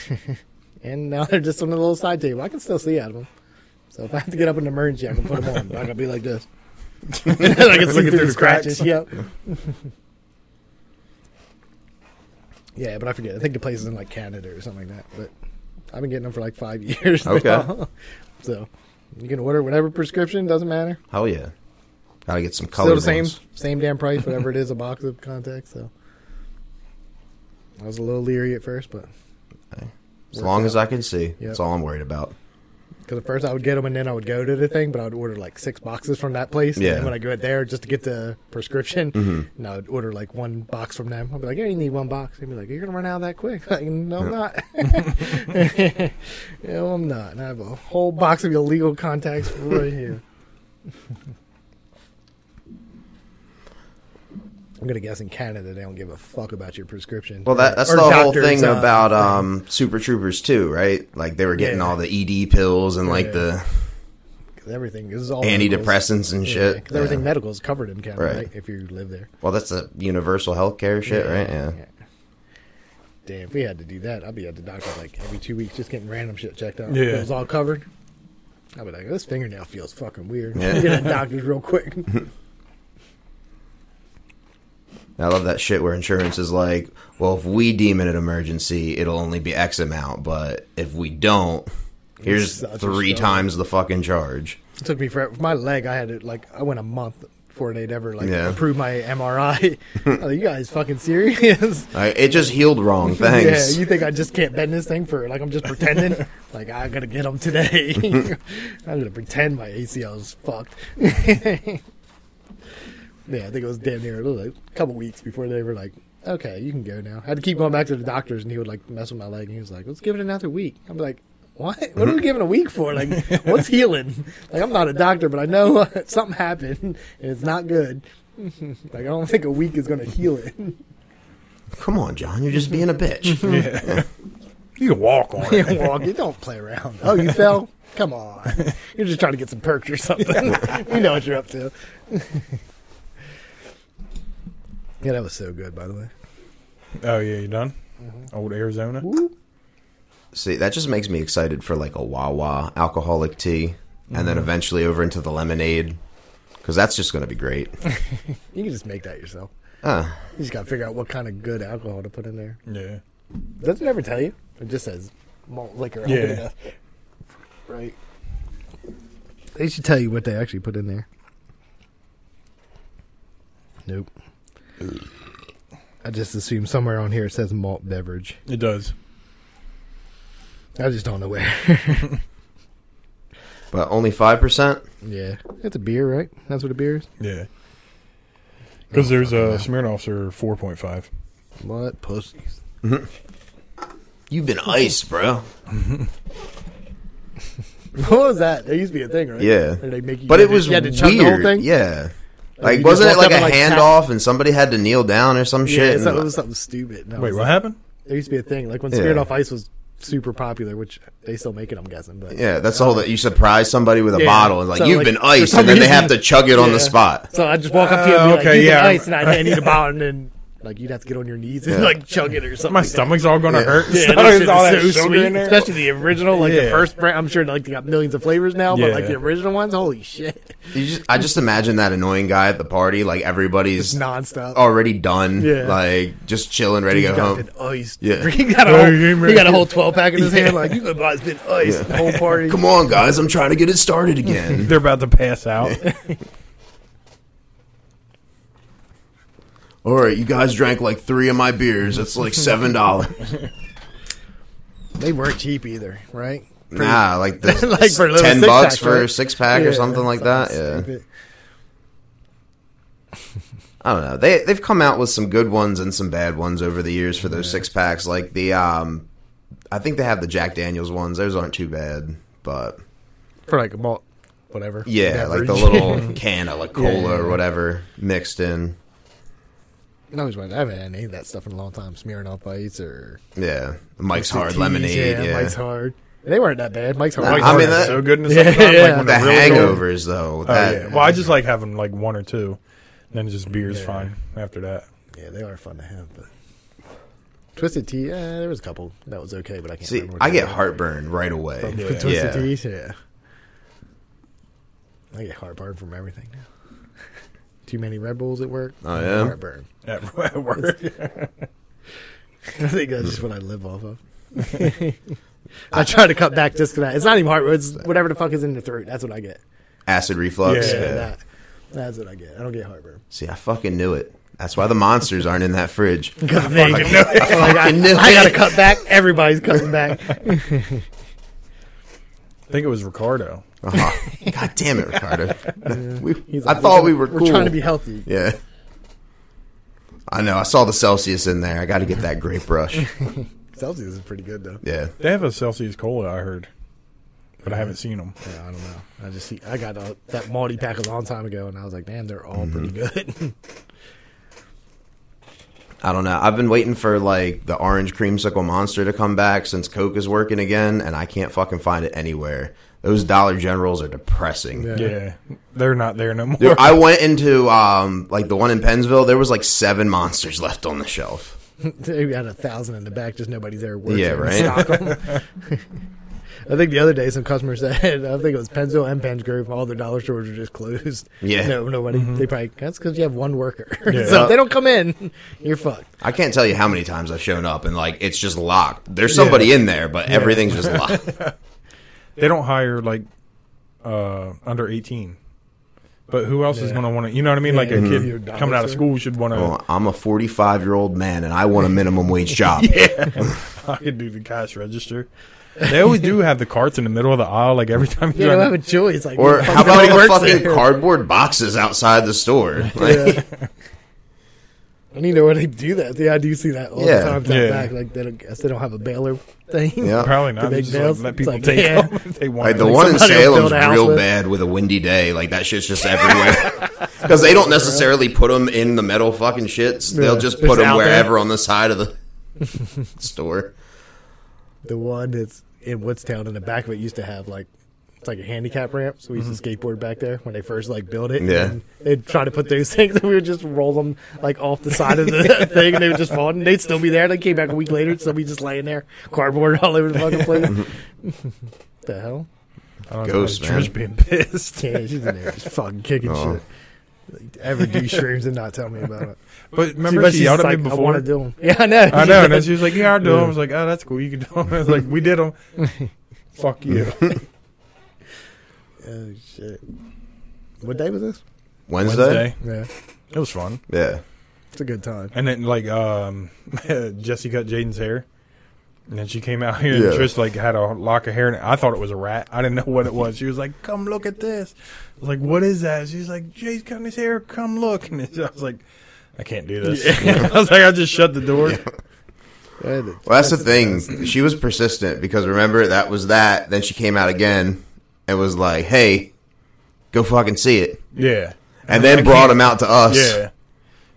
Speaker 2: and now they're just on the little side table. I can still see out of them. So if I have to get up in an emergency, I can put them on. I can be like this. I can see
Speaker 1: Looking
Speaker 2: through,
Speaker 1: through
Speaker 2: the
Speaker 1: the cracks.
Speaker 2: scratches. Yep. yeah, but I forget. I think the place is in like Canada or something like that. But I've been getting them for like five years. now.
Speaker 3: Okay.
Speaker 2: so you can order whatever prescription. Doesn't matter.
Speaker 3: Hell yeah. Gotta get some
Speaker 2: Still
Speaker 3: color.
Speaker 2: the same, same damn price. Whatever it is, a box of contacts. So I was a little leery at first, but
Speaker 3: As long as I can see.
Speaker 2: Yep.
Speaker 3: That's all I'm worried about.
Speaker 2: Because at first I would get them and then I would go to the thing, but I would order like six boxes from that place.
Speaker 3: Yeah. Mm-hmm.
Speaker 2: And then when I go there just to get the prescription, and I would order like one box from them. I'd be like, yeah, you need one box. They'd be like, you're going to run out that quick. Like, no, I'm not. no, I'm not. And I have a whole box of illegal contacts right here. I'm going to guess in Canada they don't give a fuck about your prescription.
Speaker 3: Well, that, that's
Speaker 2: Or
Speaker 3: the whole
Speaker 2: doctors,
Speaker 3: thing
Speaker 2: uh,
Speaker 3: about um, Super Troopers too, right? Like they were getting
Speaker 2: Yeah.
Speaker 3: all the ED pills and like
Speaker 2: Yeah.
Speaker 3: the
Speaker 2: 'cause everything. This is all
Speaker 3: antidepressants and shit.
Speaker 2: Because everything
Speaker 3: Yeah.
Speaker 2: medical is covered in Canada,
Speaker 3: Right.
Speaker 2: right. If you live there.
Speaker 3: Well, that's the universal healthcare shit, right? Yeah.
Speaker 2: Damn, if we had to do that, I'd be at the doctor like every two weeks just getting random shit checked out.
Speaker 1: Yeah.
Speaker 2: If It was all covered. I'd be like, this fingernail feels fucking weird.
Speaker 3: Yeah.
Speaker 2: Get a doctor's real quick.
Speaker 3: I love that shit where insurance is like, well, if we deem it an emergency, it'll only be X amount, but if we don't, here's
Speaker 2: such a
Speaker 3: three
Speaker 2: show.
Speaker 3: times the fucking charge.
Speaker 2: It took me forever. My leg, I had it like I went a month before they'd ever like
Speaker 3: Yeah.
Speaker 2: approve my MRI. I'm like, you guys fucking serious?
Speaker 3: Like, it just healed wrong. Thanks.
Speaker 2: Yeah, you think I just can't bend this thing for like I'm just pretending? like I gotta get them today. I'm gonna pretend my ACL is fucked. yeah, I think it was damn near it was like a couple weeks before they were like, "Okay, you can go now." I had to keep going back to the doctors, and he would like mess with my leg, and he was like, "Let's give it another week." I'm like. What? What are we giving a week for? Like, what's healing? Like, I'm not a doctor, but I know something happened and it's not good. like, I don't think a week is going to heal it.
Speaker 3: Come on, John, you're just being a bitch.
Speaker 1: You can walk on it.
Speaker 2: You walk. You don't play around. Oh, you fell? Come on. You're just trying to get some perks or something. we know what you're up to. yeah, that was so good, by the way.
Speaker 1: oh yeah, you done? Old Arizona.
Speaker 3: See, that just makes me excited for like a Wawa alcoholic tea, and
Speaker 2: Mm.
Speaker 3: then eventually over into the lemonade, because that's just going to be great.
Speaker 2: You can just make that yourself.
Speaker 3: Ah,
Speaker 2: You just got to figure out what kind of good alcohol to put in there.
Speaker 1: Yeah.
Speaker 2: Does it ever tell you? It just says malt liquor.
Speaker 1: Yeah.
Speaker 2: alcohol. Right. They should tell you what they actually put in there. Nope. I just assume somewhere on here it says malt beverage.
Speaker 1: It does.
Speaker 2: I just don't know where.
Speaker 3: but only five percent.
Speaker 2: yeah, it's a beer, right? That's what a beer is.
Speaker 1: Yeah. Because there's a uh, Smirnoffs are four point five.
Speaker 2: What pussies?
Speaker 3: You've been iced, bro.
Speaker 2: What was that? There used to be a thing, right?
Speaker 3: Yeah.
Speaker 2: Where they make you,
Speaker 3: But
Speaker 2: you
Speaker 3: it
Speaker 2: had
Speaker 3: was
Speaker 2: to- you had to
Speaker 3: weird.
Speaker 2: chug the whole thing.
Speaker 3: Yeah.
Speaker 2: you
Speaker 3: Like,
Speaker 2: just
Speaker 3: wasn't it
Speaker 2: walked
Speaker 3: like
Speaker 2: up
Speaker 3: a
Speaker 2: and, like, tap-
Speaker 3: handoff, and somebody had to kneel down or some
Speaker 2: yeah.
Speaker 3: shit?
Speaker 2: so
Speaker 3: and-
Speaker 2: it was something stupid. And I
Speaker 1: Wait,
Speaker 2: was
Speaker 1: what
Speaker 2: like-
Speaker 1: happened?
Speaker 2: There used to be a thing like when
Speaker 3: Yeah.
Speaker 2: Spirit off Ice was super popular, which they still make it, I'm guessing. But
Speaker 3: yeah, that's the whole that you surprise somebody with a
Speaker 2: Yeah.
Speaker 3: bottle and like
Speaker 2: So,
Speaker 3: you've
Speaker 2: like,
Speaker 3: been
Speaker 2: for
Speaker 3: iced,
Speaker 2: some
Speaker 3: and then they
Speaker 2: reason-
Speaker 3: have to chug it on
Speaker 2: Yeah.
Speaker 3: the spot.
Speaker 2: So I just walk up to you and
Speaker 1: Oh,
Speaker 2: be like,
Speaker 1: okay,
Speaker 2: "You
Speaker 1: yeah.
Speaker 2: yeah. ice," and I hand you the bottle, and then Like you'd have to get on your knees and like chug it or something.
Speaker 1: My
Speaker 2: like that.
Speaker 1: stomach's all gonna hurt.
Speaker 2: Yeah,
Speaker 1: So
Speaker 2: that shit
Speaker 1: it's all that
Speaker 2: is so
Speaker 1: sugar
Speaker 2: sweet,
Speaker 1: in there.
Speaker 2: especially the original, like
Speaker 1: Yeah.
Speaker 2: the first brand. I'm sure like they got millions of flavors now, but like
Speaker 1: Yeah.
Speaker 2: the original ones, holy shit,
Speaker 3: You just, I just imagine that annoying guy at the party. Like everybody's
Speaker 2: nonstop.
Speaker 3: already done.
Speaker 2: Yeah.
Speaker 3: Like just chilling, ready to
Speaker 2: He's
Speaker 3: go
Speaker 2: got
Speaker 3: home.
Speaker 2: been iced.
Speaker 3: Yeah.
Speaker 2: he got a
Speaker 1: Oh,
Speaker 2: whole,
Speaker 1: you
Speaker 2: he got a whole twelve pack in his
Speaker 3: Yeah.
Speaker 2: hand. Like you could buy, it's been iced. The whole party.
Speaker 3: Come on, guys! I'm trying to get it started again.
Speaker 1: They're about to pass out.
Speaker 3: All right, you guys drank like three of my beers. That's like seven dollars.
Speaker 2: They weren't cheap either, right?
Speaker 3: nah, like the
Speaker 2: Like for a little
Speaker 3: ten
Speaker 2: six
Speaker 3: bucks
Speaker 2: pack,
Speaker 3: for a
Speaker 2: right?
Speaker 3: six pack
Speaker 2: Yeah,
Speaker 3: or something like that. Yeah.
Speaker 2: stupid.
Speaker 3: I don't know. They they've come out with some good ones and some bad ones over the years for those six packs. Like the um, I think they have the Jack Daniels ones. Those aren't too bad, but
Speaker 2: for like a malt, whatever.
Speaker 3: yeah, like the
Speaker 2: beverage.
Speaker 3: little can of like cola
Speaker 2: Yeah, yeah,
Speaker 3: or
Speaker 2: yeah.
Speaker 3: whatever mixed in.
Speaker 2: I always wanted. I haven't had any of that stuff in a long time. Smearing off bites or
Speaker 3: Yeah, Mike's
Speaker 2: Mixed
Speaker 3: Hard
Speaker 2: teas,
Speaker 3: Lemonade. Yeah,
Speaker 2: Mike's hard. They weren't that bad. Mike's hard.
Speaker 3: Nah,
Speaker 2: Mike's
Speaker 3: I
Speaker 2: hard
Speaker 3: mean,
Speaker 2: is
Speaker 3: that-
Speaker 1: so good in the
Speaker 2: Yeah,
Speaker 1: summertime, like,
Speaker 2: yeah.
Speaker 1: when
Speaker 3: the
Speaker 1: they're really cold.
Speaker 3: hangovers though.
Speaker 1: Oh,
Speaker 3: that-
Speaker 1: yeah. Well, I just like having like one or two, and then just beer's
Speaker 2: Yeah.
Speaker 1: fine after that.
Speaker 2: Yeah, they are fun to have, but Twisted Tea, eh, there was a couple that was okay, but I can't
Speaker 3: see,
Speaker 2: remember. what
Speaker 3: I
Speaker 2: they
Speaker 3: get
Speaker 2: were.
Speaker 3: heartburn right away.
Speaker 1: Yeah.
Speaker 2: Twisted
Speaker 3: Yeah.
Speaker 2: Teas, yeah. I get heartburn from everything now. Too many Red Bulls at work.
Speaker 3: Oh, yeah?
Speaker 2: heartburn.
Speaker 1: At at work.
Speaker 2: I think that's just what I live off of. I try to cut back just to that. It's not even heartburn. It's whatever the fuck is in your throat. That's what I get.
Speaker 3: Acid reflux.
Speaker 1: Yeah.
Speaker 3: Yeah,
Speaker 2: That, that's what I get. I don't get heartburn.
Speaker 3: See, I fucking knew it. That's why the monsters aren't in that fridge.
Speaker 2: God, I, fucking know.
Speaker 3: fucking knew
Speaker 2: I gotta
Speaker 3: it.
Speaker 2: cut back. Everybody's cutting back.
Speaker 1: I think it was Ricardo.
Speaker 3: Uh-huh. God damn it, Ricardo. we,
Speaker 2: He's
Speaker 3: I
Speaker 2: like,
Speaker 3: thought
Speaker 2: trying-
Speaker 3: we were cool.
Speaker 2: trying to be healthy.
Speaker 3: Yeah. I know. I saw the Celsius in there. I got to get that grape brush.
Speaker 2: Celsius is pretty good though.
Speaker 3: Yeah.
Speaker 1: They have a Celsius cola, I heard, but I haven't seen them.
Speaker 2: Yeah, I don't know. I just see, I got a, that Malty pack a long time ago, and I was like, damn, they're all pretty
Speaker 3: Mm-hmm.
Speaker 2: good.
Speaker 3: I don't know. I've been waiting for like the orange creamsicle monster to come back since Coke is working again, and I can't fucking find it anywhere. Those Dollar Generals are depressing.
Speaker 2: Yeah.
Speaker 1: Yeah, they're not there no more.
Speaker 3: Dude, I went into um like the one in Pennsville. There was like seven monsters left on the shelf.
Speaker 2: they had a thousand in the back, just nobody's there working.
Speaker 3: Yeah,
Speaker 2: to
Speaker 3: right?
Speaker 2: stock 'em. I think the other day, some customer said, I think it was Pennsville and Penn's Grove, all their dollar stores are just closed.
Speaker 3: Yeah.
Speaker 2: No, nobody. They probably, that's because you have one worker.
Speaker 1: Yeah.
Speaker 2: so if they don't come in, you're fucked.
Speaker 3: I can't tell you how many times I've shown up and like it's just locked. There's somebody in there, but everything's just locked.
Speaker 1: they don't hire like uh, under eighteen. But who else is
Speaker 2: Yeah.
Speaker 1: going to want to? You know what I mean? Like a
Speaker 2: Mhm.
Speaker 1: kid
Speaker 2: Your dollar
Speaker 1: coming out of
Speaker 2: store.
Speaker 1: school should want to.
Speaker 3: Well, I'm a 45 year old man and I want a minimum wage job.
Speaker 1: I could do the cash register. They always do have the carts in the middle of the aisle. Like every time you
Speaker 2: You don't
Speaker 1: drive-
Speaker 2: have a choice. Like,
Speaker 3: Or
Speaker 2: fuck,
Speaker 3: how about
Speaker 2: nobody
Speaker 3: the
Speaker 2: works
Speaker 3: fucking
Speaker 2: there.
Speaker 3: cardboard boxes outside the store? Like,
Speaker 2: Yeah. And you know when they do that, yeah, I do see that all
Speaker 3: Yeah.
Speaker 2: the time. down
Speaker 1: Yeah.
Speaker 2: Back, like they don't, guess they don't have a baler thing.
Speaker 3: Yeah.
Speaker 1: probably
Speaker 2: The
Speaker 1: not. They
Speaker 2: big
Speaker 1: just like,
Speaker 2: nails.
Speaker 1: let
Speaker 2: It's
Speaker 1: people
Speaker 2: like,
Speaker 1: take
Speaker 2: yeah.
Speaker 1: them if they want.
Speaker 3: Like, the
Speaker 1: Like,
Speaker 3: one in
Speaker 2: somebody will
Speaker 3: Salem's
Speaker 2: build a house
Speaker 3: real
Speaker 2: with-
Speaker 3: bad with a windy day. Like that shit's just everywhere. Because they don't necessarily put them in the metal fucking shits. They'll
Speaker 2: Yeah.
Speaker 3: just
Speaker 2: It's
Speaker 3: put them
Speaker 2: out there.
Speaker 3: wherever on the side of the store.
Speaker 2: The one that's in Woodstown in the back of it used to have like it's like a handicap ramp, so we used to
Speaker 1: Mm-hmm.
Speaker 2: skateboard back there when they first like built it.
Speaker 3: Yeah.
Speaker 2: and they'd try to put those things, and we would just roll them like off the side of the thing, and they would just fall, and they'd still be there. They came back a week later, and still be just laying there, cardboard all over the fucking place.
Speaker 1: Mm-hmm.
Speaker 2: the hell?
Speaker 1: I don't know,
Speaker 3: Ghost,
Speaker 1: like, Trish being
Speaker 3: man.
Speaker 1: pissed.
Speaker 2: Yeah, she's in there just fucking kicking
Speaker 3: Oh.
Speaker 2: shit. Like, ever do shrooms and not tell me about it?
Speaker 1: But
Speaker 2: See,
Speaker 1: remember,
Speaker 2: but
Speaker 1: she
Speaker 2: she's
Speaker 1: yelled at
Speaker 2: like,
Speaker 1: me
Speaker 2: I
Speaker 1: before.
Speaker 2: want to do them. Yeah, I know.
Speaker 1: I know. And then she was like, "Yeah, I'll do 'em." I was like, "Oh, that's cool. You can do 'em." I was like, "We did them." Fuck you.
Speaker 2: oh shit. What day was this?
Speaker 3: Wednesday?
Speaker 1: Wednesday.
Speaker 2: Yeah,
Speaker 1: It was fun.
Speaker 3: Yeah.
Speaker 2: it's a good time.
Speaker 1: And then like um, Jesse cut Jaden's hair, and then she came out here
Speaker 3: Yeah.
Speaker 1: and Trish like had a lock of hair, and I thought it was a rat. I didn't know what it was. She was like, "Come look at this." I was like, "What is that?" She's like, "Jay's cutting his hair. Come look." And I was like, "I can't do this." I was like, "I just shut the door."
Speaker 2: I had to-
Speaker 3: Well, that's the thing. She was persistent because remember that was that. Then she came out again and was like, "Hey, go fucking see it,"
Speaker 1: Yeah.
Speaker 3: and then brought him out to us.
Speaker 1: Yeah.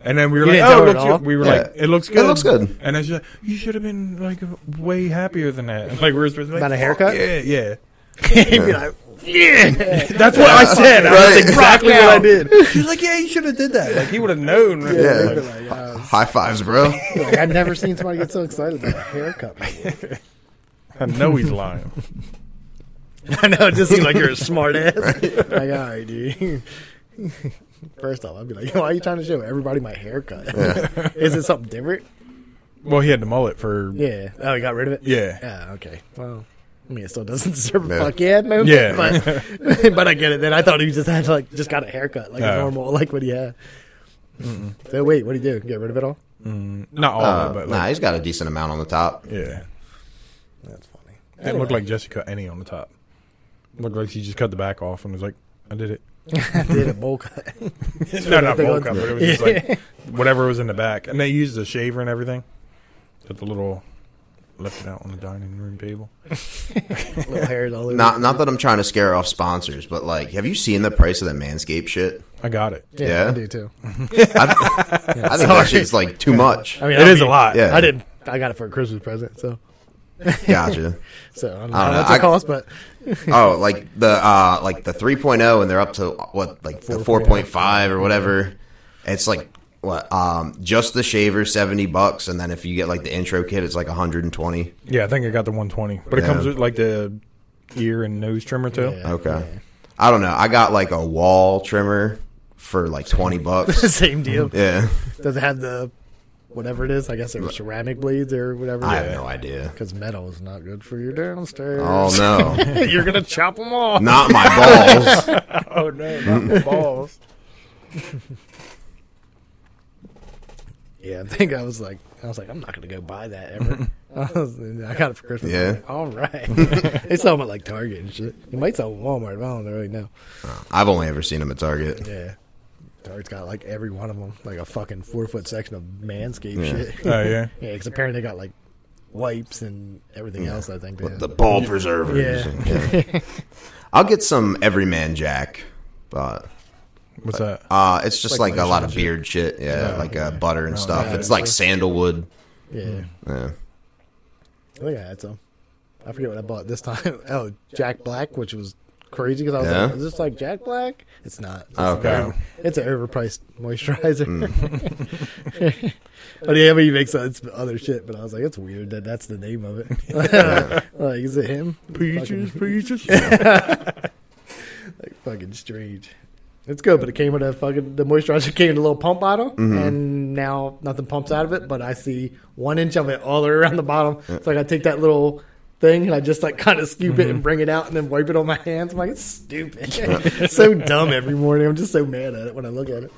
Speaker 1: And then we were
Speaker 2: You
Speaker 1: like,
Speaker 2: didn't tell
Speaker 1: "Oh,
Speaker 2: her
Speaker 1: it
Speaker 2: at
Speaker 1: looks
Speaker 2: all?
Speaker 1: good." we were
Speaker 3: Yeah.
Speaker 1: like, "It looks
Speaker 3: It
Speaker 1: good.
Speaker 3: looks good.
Speaker 1: And then she's like, "You should have been like way happier than that." Like we were supposed to be like,
Speaker 2: About a
Speaker 1: "Fuck
Speaker 2: haircut?
Speaker 1: Yeah, yeah.
Speaker 2: He'd be like,
Speaker 1: yeah, that's what I said. That's
Speaker 3: Right.
Speaker 1: exactly what I
Speaker 2: out.
Speaker 1: did. She's like, yeah, you should have did that. Like he would have known. right?
Speaker 3: Yeah.
Speaker 2: They'd be like, uh,
Speaker 3: High fives, bro.
Speaker 2: like, I've never seen somebody get so excited about a haircut.
Speaker 1: I know he's lying.
Speaker 2: I know, it just seems like you're a smart ass. like, all right, dude. First off, I'd be like, why are you trying to show everybody my haircut? Is it something different?
Speaker 1: Well, he had the mullet for yeah.
Speaker 2: Yeah. Oh, you got rid of it?
Speaker 1: yeah.
Speaker 2: Yeah, okay. Well, I mean, it still doesn't deserve a
Speaker 3: Yeah.
Speaker 2: fuck yeah moment.
Speaker 1: Yeah.
Speaker 2: But, but I get it. Then I thought he just had, like, just got a haircut, like
Speaker 1: Oh.
Speaker 2: a normal, like what he had. So, wait, what do you do? Get rid of it all?
Speaker 1: Not all, of it,
Speaker 3: Uh,
Speaker 1: but
Speaker 3: nah,
Speaker 1: like,
Speaker 3: he's got a decent amount on the top.
Speaker 1: yeah.
Speaker 2: That's funny.
Speaker 1: Didn't look like Jessica cut any on the top. Looked like she just cut the back off and was like, I did it.
Speaker 2: I did a bowl cut.
Speaker 1: no, not
Speaker 2: they
Speaker 1: bowl
Speaker 2: got-
Speaker 1: cut, but it was just like whatever was in the back. And they used a shaver and everything. But the little left it out on the dining room table.
Speaker 2: Little hairs all over.
Speaker 3: Not not that I'm trying to scare off sponsors, but like, have you seen the price of the Manscaped shit?
Speaker 1: I got it.
Speaker 2: yeah,
Speaker 3: yeah.
Speaker 2: I do too.
Speaker 3: I think
Speaker 2: Sorry.
Speaker 3: that shit's like too much.
Speaker 2: I mean,
Speaker 1: It
Speaker 2: I
Speaker 1: is a
Speaker 2: mean,
Speaker 1: lot.
Speaker 3: Yeah.
Speaker 2: I didn't. I got it for a Christmas present, so
Speaker 3: Gotcha.
Speaker 2: so I don't know
Speaker 3: I
Speaker 2: how
Speaker 3: don't know.
Speaker 2: much it
Speaker 3: I-
Speaker 2: costs, but
Speaker 3: Oh, like the uh like the 3.0 and they're up to what like the 4.5 or whatever. It's like what um just the shaver 70 bucks and then if you get like the intro kit it's like 120.
Speaker 1: Yeah, I think I got the 120. But it
Speaker 3: Yeah.
Speaker 1: comes with like the ear and nose trimmer too.
Speaker 2: Yeah.
Speaker 3: Okay. I don't know. I got like a wall trimmer for like 20 bucks.
Speaker 2: same deal.
Speaker 3: yeah.
Speaker 2: Does it have the whatever it is? I guess it was ceramic blades or whatever.
Speaker 3: I have no idea.
Speaker 2: Because metal is not good for you downstairs.
Speaker 3: Oh no.
Speaker 2: You're gonna chop them off.
Speaker 3: Not my balls.
Speaker 1: Oh no, not the balls.
Speaker 2: Yeah, I think I was like, I was like, I'm not gonna go buy that ever. I, was, and I got it for Christmas.
Speaker 3: Yeah.
Speaker 2: All right. they sell them at like Target and shit. You might sell them at Walmart. But I don't really know.
Speaker 3: I've only ever seen them at Target.
Speaker 2: Yeah. Target's got like every one of them, like a fucking four foot section of manscaped shit.
Speaker 1: Oh yeah.
Speaker 2: Yeah, because apparently they got like wipes and everything else. I think. they
Speaker 3: With
Speaker 2: have.
Speaker 3: the ball preservers. Yeah. I'll get some Everyman Jack, but
Speaker 1: What's that?
Speaker 3: Uh, it's just like,
Speaker 2: Like
Speaker 3: a lot of
Speaker 2: lotion
Speaker 3: beard shit, yeah, like uh, butter and stuff.
Speaker 2: Oh, yeah,
Speaker 3: it's
Speaker 2: it's
Speaker 3: like
Speaker 2: like-
Speaker 3: sandalwood.
Speaker 2: yeah,
Speaker 3: Hmm. Yeah.
Speaker 2: I think I had some. I forget what I bought this time. Oh, Jack Black, which was crazy because I was
Speaker 3: Yeah? Uh,
Speaker 2: like, "Is this like Jack Black?" It's not. It's
Speaker 3: Okay.
Speaker 1: Um,
Speaker 3: Mm.
Speaker 2: Over, it's an overpriced moisturizer.
Speaker 3: hmm.
Speaker 2: but yeah, but he makes uh, it's other shit. But I was like, it's weird that that's the name of it. like, is it him?
Speaker 1: Peaches, peaches.
Speaker 2: Fucking strange. It's good, but it came with a fucking the moisturizer came in a little pump bottle, and now nothing pumps out of it. But I see one inch of it all the way around the bottom. So I got to take that little thing and I just like kind of scoop it and bring it out and then wipe it on my hands. I'm like, it's stupid, It's so dumb every morning. I'm just so mad at it when I look at it.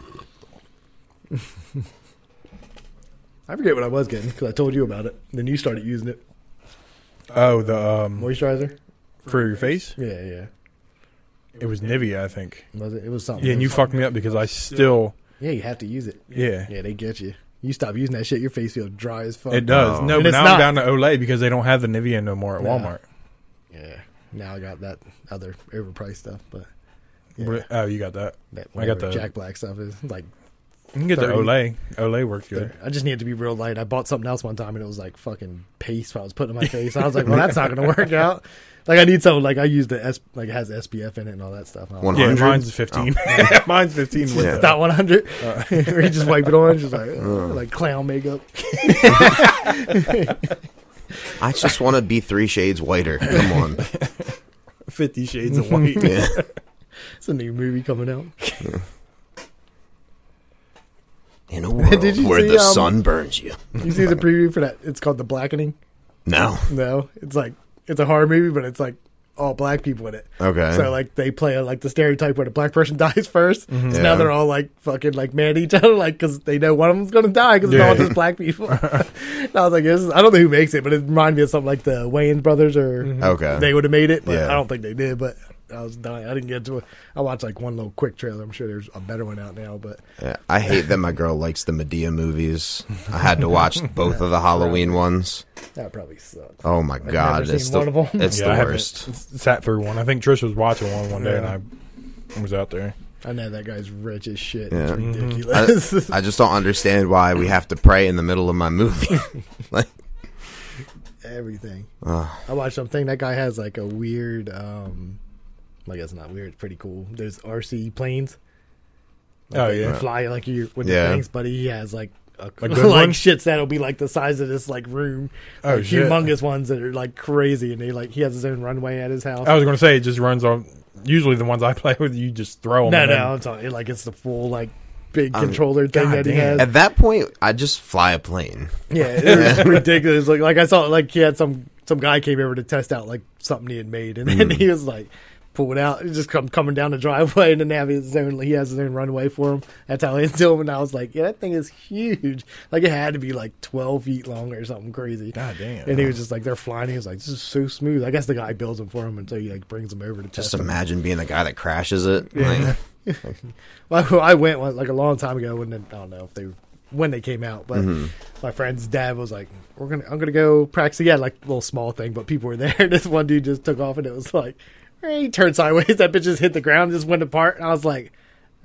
Speaker 2: I forget what I was getting because I told you about it. Then you started using it
Speaker 1: Oh, the um
Speaker 2: moisturizer.
Speaker 1: for your face.
Speaker 2: Yeah, yeah.
Speaker 1: It was Nivea, I think.
Speaker 2: Was it? It was something.
Speaker 1: Yeah, and you fucked me up because I still.
Speaker 2: yeah, you have to use it.
Speaker 1: Yeah,
Speaker 2: Yeah, they get you. You stop using that shit, your face feels dry as fuck.
Speaker 1: it does.
Speaker 3: No.
Speaker 1: No,
Speaker 2: And
Speaker 1: but
Speaker 2: it's
Speaker 1: now
Speaker 2: not.
Speaker 1: I'm down to Olay because they don't have the Nivea no more at
Speaker 2: Nah.
Speaker 1: Walmart.
Speaker 2: Yeah. Now I got that other overpriced stuff, but
Speaker 1: What- Oh, you got that.
Speaker 2: that
Speaker 1: I got the.
Speaker 2: Jack Black stuff is like.
Speaker 1: you can get the
Speaker 2: 30.
Speaker 1: Olay. Olay works good.
Speaker 2: I just need it to be real light. I bought something else one time and it was like fucking paste I was putting in my face. I was like, well, that's not gonna work out. Like I need something like I use the S like it has SPF in it and all that stuff.
Speaker 3: One-
Speaker 2: One,
Speaker 1: Yeah,
Speaker 3: 100?
Speaker 1: mine's 15. mine's 15 with
Speaker 3: Oh. Yeah. Uh.
Speaker 1: the-
Speaker 2: it's not one hundred.
Speaker 1: Uh.
Speaker 2: Or you just wipe it on, just like like clown makeup.
Speaker 3: I just want to be three shades whiter. Come on.
Speaker 1: 50 shades of white.
Speaker 3: Yeah.
Speaker 2: It's a new movie coming out.
Speaker 3: In a world
Speaker 2: Did you
Speaker 3: where
Speaker 2: see,
Speaker 3: the
Speaker 2: um,
Speaker 3: sun burns you.
Speaker 2: You see the preview for that? It's called The Blackening.
Speaker 3: No.
Speaker 2: No, it's like it's a horror movie, but it's like all black people in it.
Speaker 3: Okay.
Speaker 2: So like they play like the stereotype where the black person dies 1st So
Speaker 3: Yeah.
Speaker 2: now they're all like fucking like mad at each other, like because they know one of them's gonna die because
Speaker 1: Yeah.
Speaker 2: it's all just black people. and I was like, this is, I don't know who makes it, but it reminded me of something like the Wayans brothers or
Speaker 3: Okay.
Speaker 2: they would have made it, but
Speaker 3: Uh, Yeah.
Speaker 2: I don't think they did. But I was dying. I didn't get to it. I watched like one little quick trailer. I'm sure there's a better one out now, but
Speaker 3: Yeah, I hate that my girl likes the Medea movies. I had to watch both of the Halloween ones.
Speaker 2: that probably sucks.
Speaker 3: Oh my god,
Speaker 2: never
Speaker 3: it's
Speaker 2: seen
Speaker 3: the
Speaker 2: one of 'em.
Speaker 3: it's
Speaker 1: Yeah, I
Speaker 3: the
Speaker 1: haven't
Speaker 3: worst.
Speaker 1: s- Sat through one. I think Trish was watching one one day,
Speaker 2: Yeah.
Speaker 1: and I was out there.
Speaker 2: I know that guy's rich as shit. It's
Speaker 3: Yeah. Mhm.
Speaker 2: ridiculous.
Speaker 3: I just don't understand why we have to pray in the middle of my movie. like,
Speaker 2: everything.
Speaker 3: Ugh.
Speaker 2: I watched something that guy has like a weird um Like that's not weird. It's pretty cool. Those RC planes. Like,
Speaker 1: Oh,
Speaker 2: they
Speaker 1: yeah.
Speaker 2: fly like you with
Speaker 3: Yeah.
Speaker 2: the things, but he has like a,
Speaker 1: good
Speaker 2: like
Speaker 1: one?
Speaker 2: shits that'll be like the size of this like room.
Speaker 1: Oh,
Speaker 2: like,
Speaker 1: shit.
Speaker 2: humongous ones that are like crazy, and they like he has his own runway at his house.
Speaker 1: I was gonna say it just runs on. Usually the ones I play with, you just throw them.
Speaker 2: no, no, I'm talking like it's the full like big controller thing that he
Speaker 1: goddamn.
Speaker 2: has.
Speaker 3: At that point, I just fly a plane.
Speaker 2: Yeah, it was ridiculous. Like, like I saw, like he had some some guy came over to test out like something he had made, and then he was like pulled out, he just come coming down the driveway, and then have his own. He has his own runway for him. That's how he do him. And I was like, yeah, that thing is huge. Like it had to be like twelve feet long or something crazy.
Speaker 1: God damn.
Speaker 2: And he was just like, they're flying. He was like, this is so smooth. I guess the guy builds them for him, and so he like brings them over to test.
Speaker 3: Just
Speaker 2: them.
Speaker 3: imagine being the guy that crashes it. Like,
Speaker 2: Well, I went one- like a long time ago when they, I don't know if they when they came out, but my friend's dad was like, "We're gonna, I'm gonna go practice." He had like a little small thing, but people were there. And this one dude just took off, and it was like, eh, he turned sideways. That bitch just hit the ground, and just went apart. And I was like,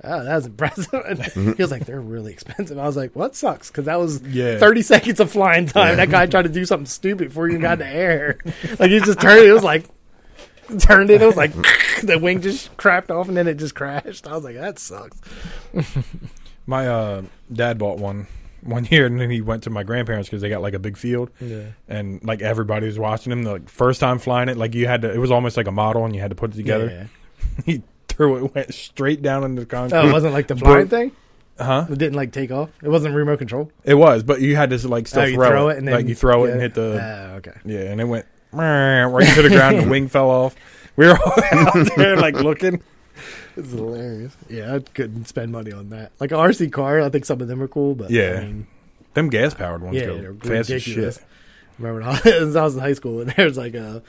Speaker 2: "Oh, that was impressive." And he was like, "They're really expensive." I was like, "What sucks?" Because that was
Speaker 1: Yeah.
Speaker 2: thirty seconds of flying time. That guy tried to do something stupid before he even got in the air. Like he just turned. It was like turned it. It was like the wing just crapped off, and then it just crashed. I was like, that sucks.
Speaker 1: My uh, dad bought one one year, and then he went to my grandparents because they got like a big field,
Speaker 2: Yeah.
Speaker 1: and like everybody was watching him. The like, first time flying it, like you had to. It was almost like a model, and you had to put it together. he threw it, went straight down into the concrete.
Speaker 2: Oh, it wasn't like the flying
Speaker 1: Broke-
Speaker 2: thing.
Speaker 1: huh?
Speaker 2: It didn't like take off. It wasn't remote control.
Speaker 1: It was, but you had to like still
Speaker 2: oh,
Speaker 1: throw, it, and like you throw it and
Speaker 2: yeah.
Speaker 1: hit the
Speaker 2: Oh, okay.
Speaker 1: yeah, and it went "Meow," right to the ground. and The wing fell off. We were all out there like looking.
Speaker 2: It's hilarious. Yeah, I couldn't spend money on that. Like a RC car, I think some of them are cool, but
Speaker 1: Yeah.
Speaker 2: I mean,
Speaker 1: Them gas powered ones
Speaker 2: yeah,
Speaker 1: go
Speaker 2: they're
Speaker 1: fast as
Speaker 2: ridiculous.
Speaker 1: shit.
Speaker 2: Remember when I was, I was in high school and there was like a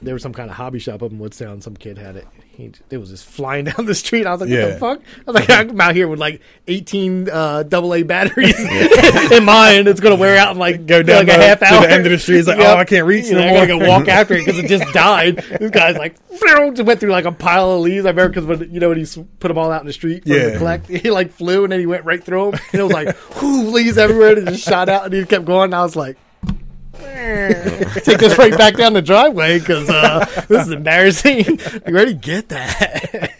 Speaker 2: there was some kind of hobby shop up in Woodstown. Some kid had it. He it was just flying down the street. I was like, what
Speaker 1: Yeah.
Speaker 2: the fuck? I was like, I'm out here with like 18 uh, AA batteries in mine. It's gonna wear out in like go
Speaker 1: down
Speaker 2: like a
Speaker 1: the-
Speaker 2: half
Speaker 1: to
Speaker 2: hour
Speaker 1: the end of the street. It's like, oh, I can't reach
Speaker 2: You
Speaker 1: no
Speaker 2: know, I gotta go walk after it because it just died. This guy's like, just went through like a pile of leaves. I remember because when you know when he s- put them all out in the street, for him
Speaker 1: Yeah.
Speaker 2: to collect, he like flew and then he went right through them. And it was like, whoo, leaves everywhere. And it just shot out and he kept going. And I was like. Take this right back down the driveway because uh, this is embarrassing. I already get that.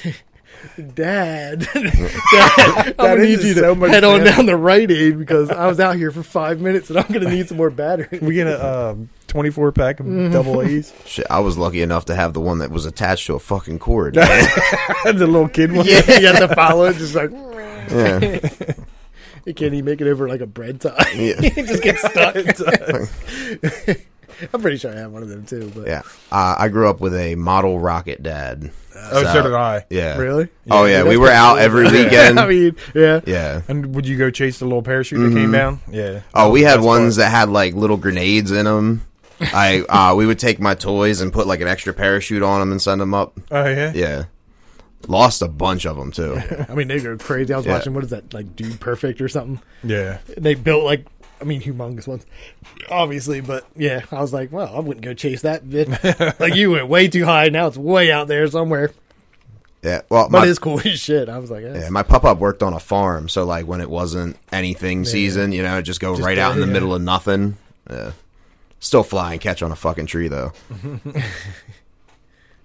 Speaker 2: Dad, Dad, I'm gonna
Speaker 1: is
Speaker 2: need
Speaker 1: just
Speaker 2: you to
Speaker 1: so much
Speaker 2: head on
Speaker 1: better.
Speaker 2: down the right aid because I was out here for five minutes and I'm gonna need some more battery.
Speaker 1: We get a um, 24 pack of double A's.
Speaker 3: shit, I was lucky enough to have the one that was attached to a fucking cord. man.
Speaker 1: the little kid one.
Speaker 2: yeah, you have to follow it. Just like
Speaker 3: yeah.
Speaker 2: you can't even make it over like a bread tie.
Speaker 3: Yeah.
Speaker 2: it just gets stuck. I'm pretty sure I have one of them too. But
Speaker 3: yeah. Uh, I grew up with a model rocket dad.
Speaker 1: Oh, so, did I.
Speaker 3: Yeah.
Speaker 2: really,
Speaker 3: Oh, yeah. We were out every weekend.
Speaker 2: I mean, yeah.
Speaker 3: yeah.
Speaker 1: And would you go chase the little parachute that came down? Yeah.
Speaker 3: Mm-hmm. Oh, we had
Speaker 1: That's
Speaker 3: ones that had like little grenades in them. I uh, we would take my toys and put like an extra parachute on them and send them up.
Speaker 1: fun. Oh yeah.
Speaker 3: Yeah, lost a bunch of them too.
Speaker 2: I mean, they go crazy. I was
Speaker 3: Yeah.
Speaker 2: watching what is that like Dude Perfect or something.
Speaker 1: Yeah.
Speaker 2: And they built like I mean humongous ones, obviously. But yeah, I was like, well, I wouldn't go chase that bit. like you went way too high. Now it's way out there somewhere.
Speaker 3: Yeah, well,
Speaker 2: But
Speaker 3: my,
Speaker 2: it's cool as shit. I was like, eh.
Speaker 3: yeah, my pop up worked on a farm, so like when it wasn't anything season, you know, just go right
Speaker 2: go,
Speaker 3: out in the
Speaker 2: yeah.
Speaker 3: middle of nothing. Yeah. Still fly and catch on a fucking tree though.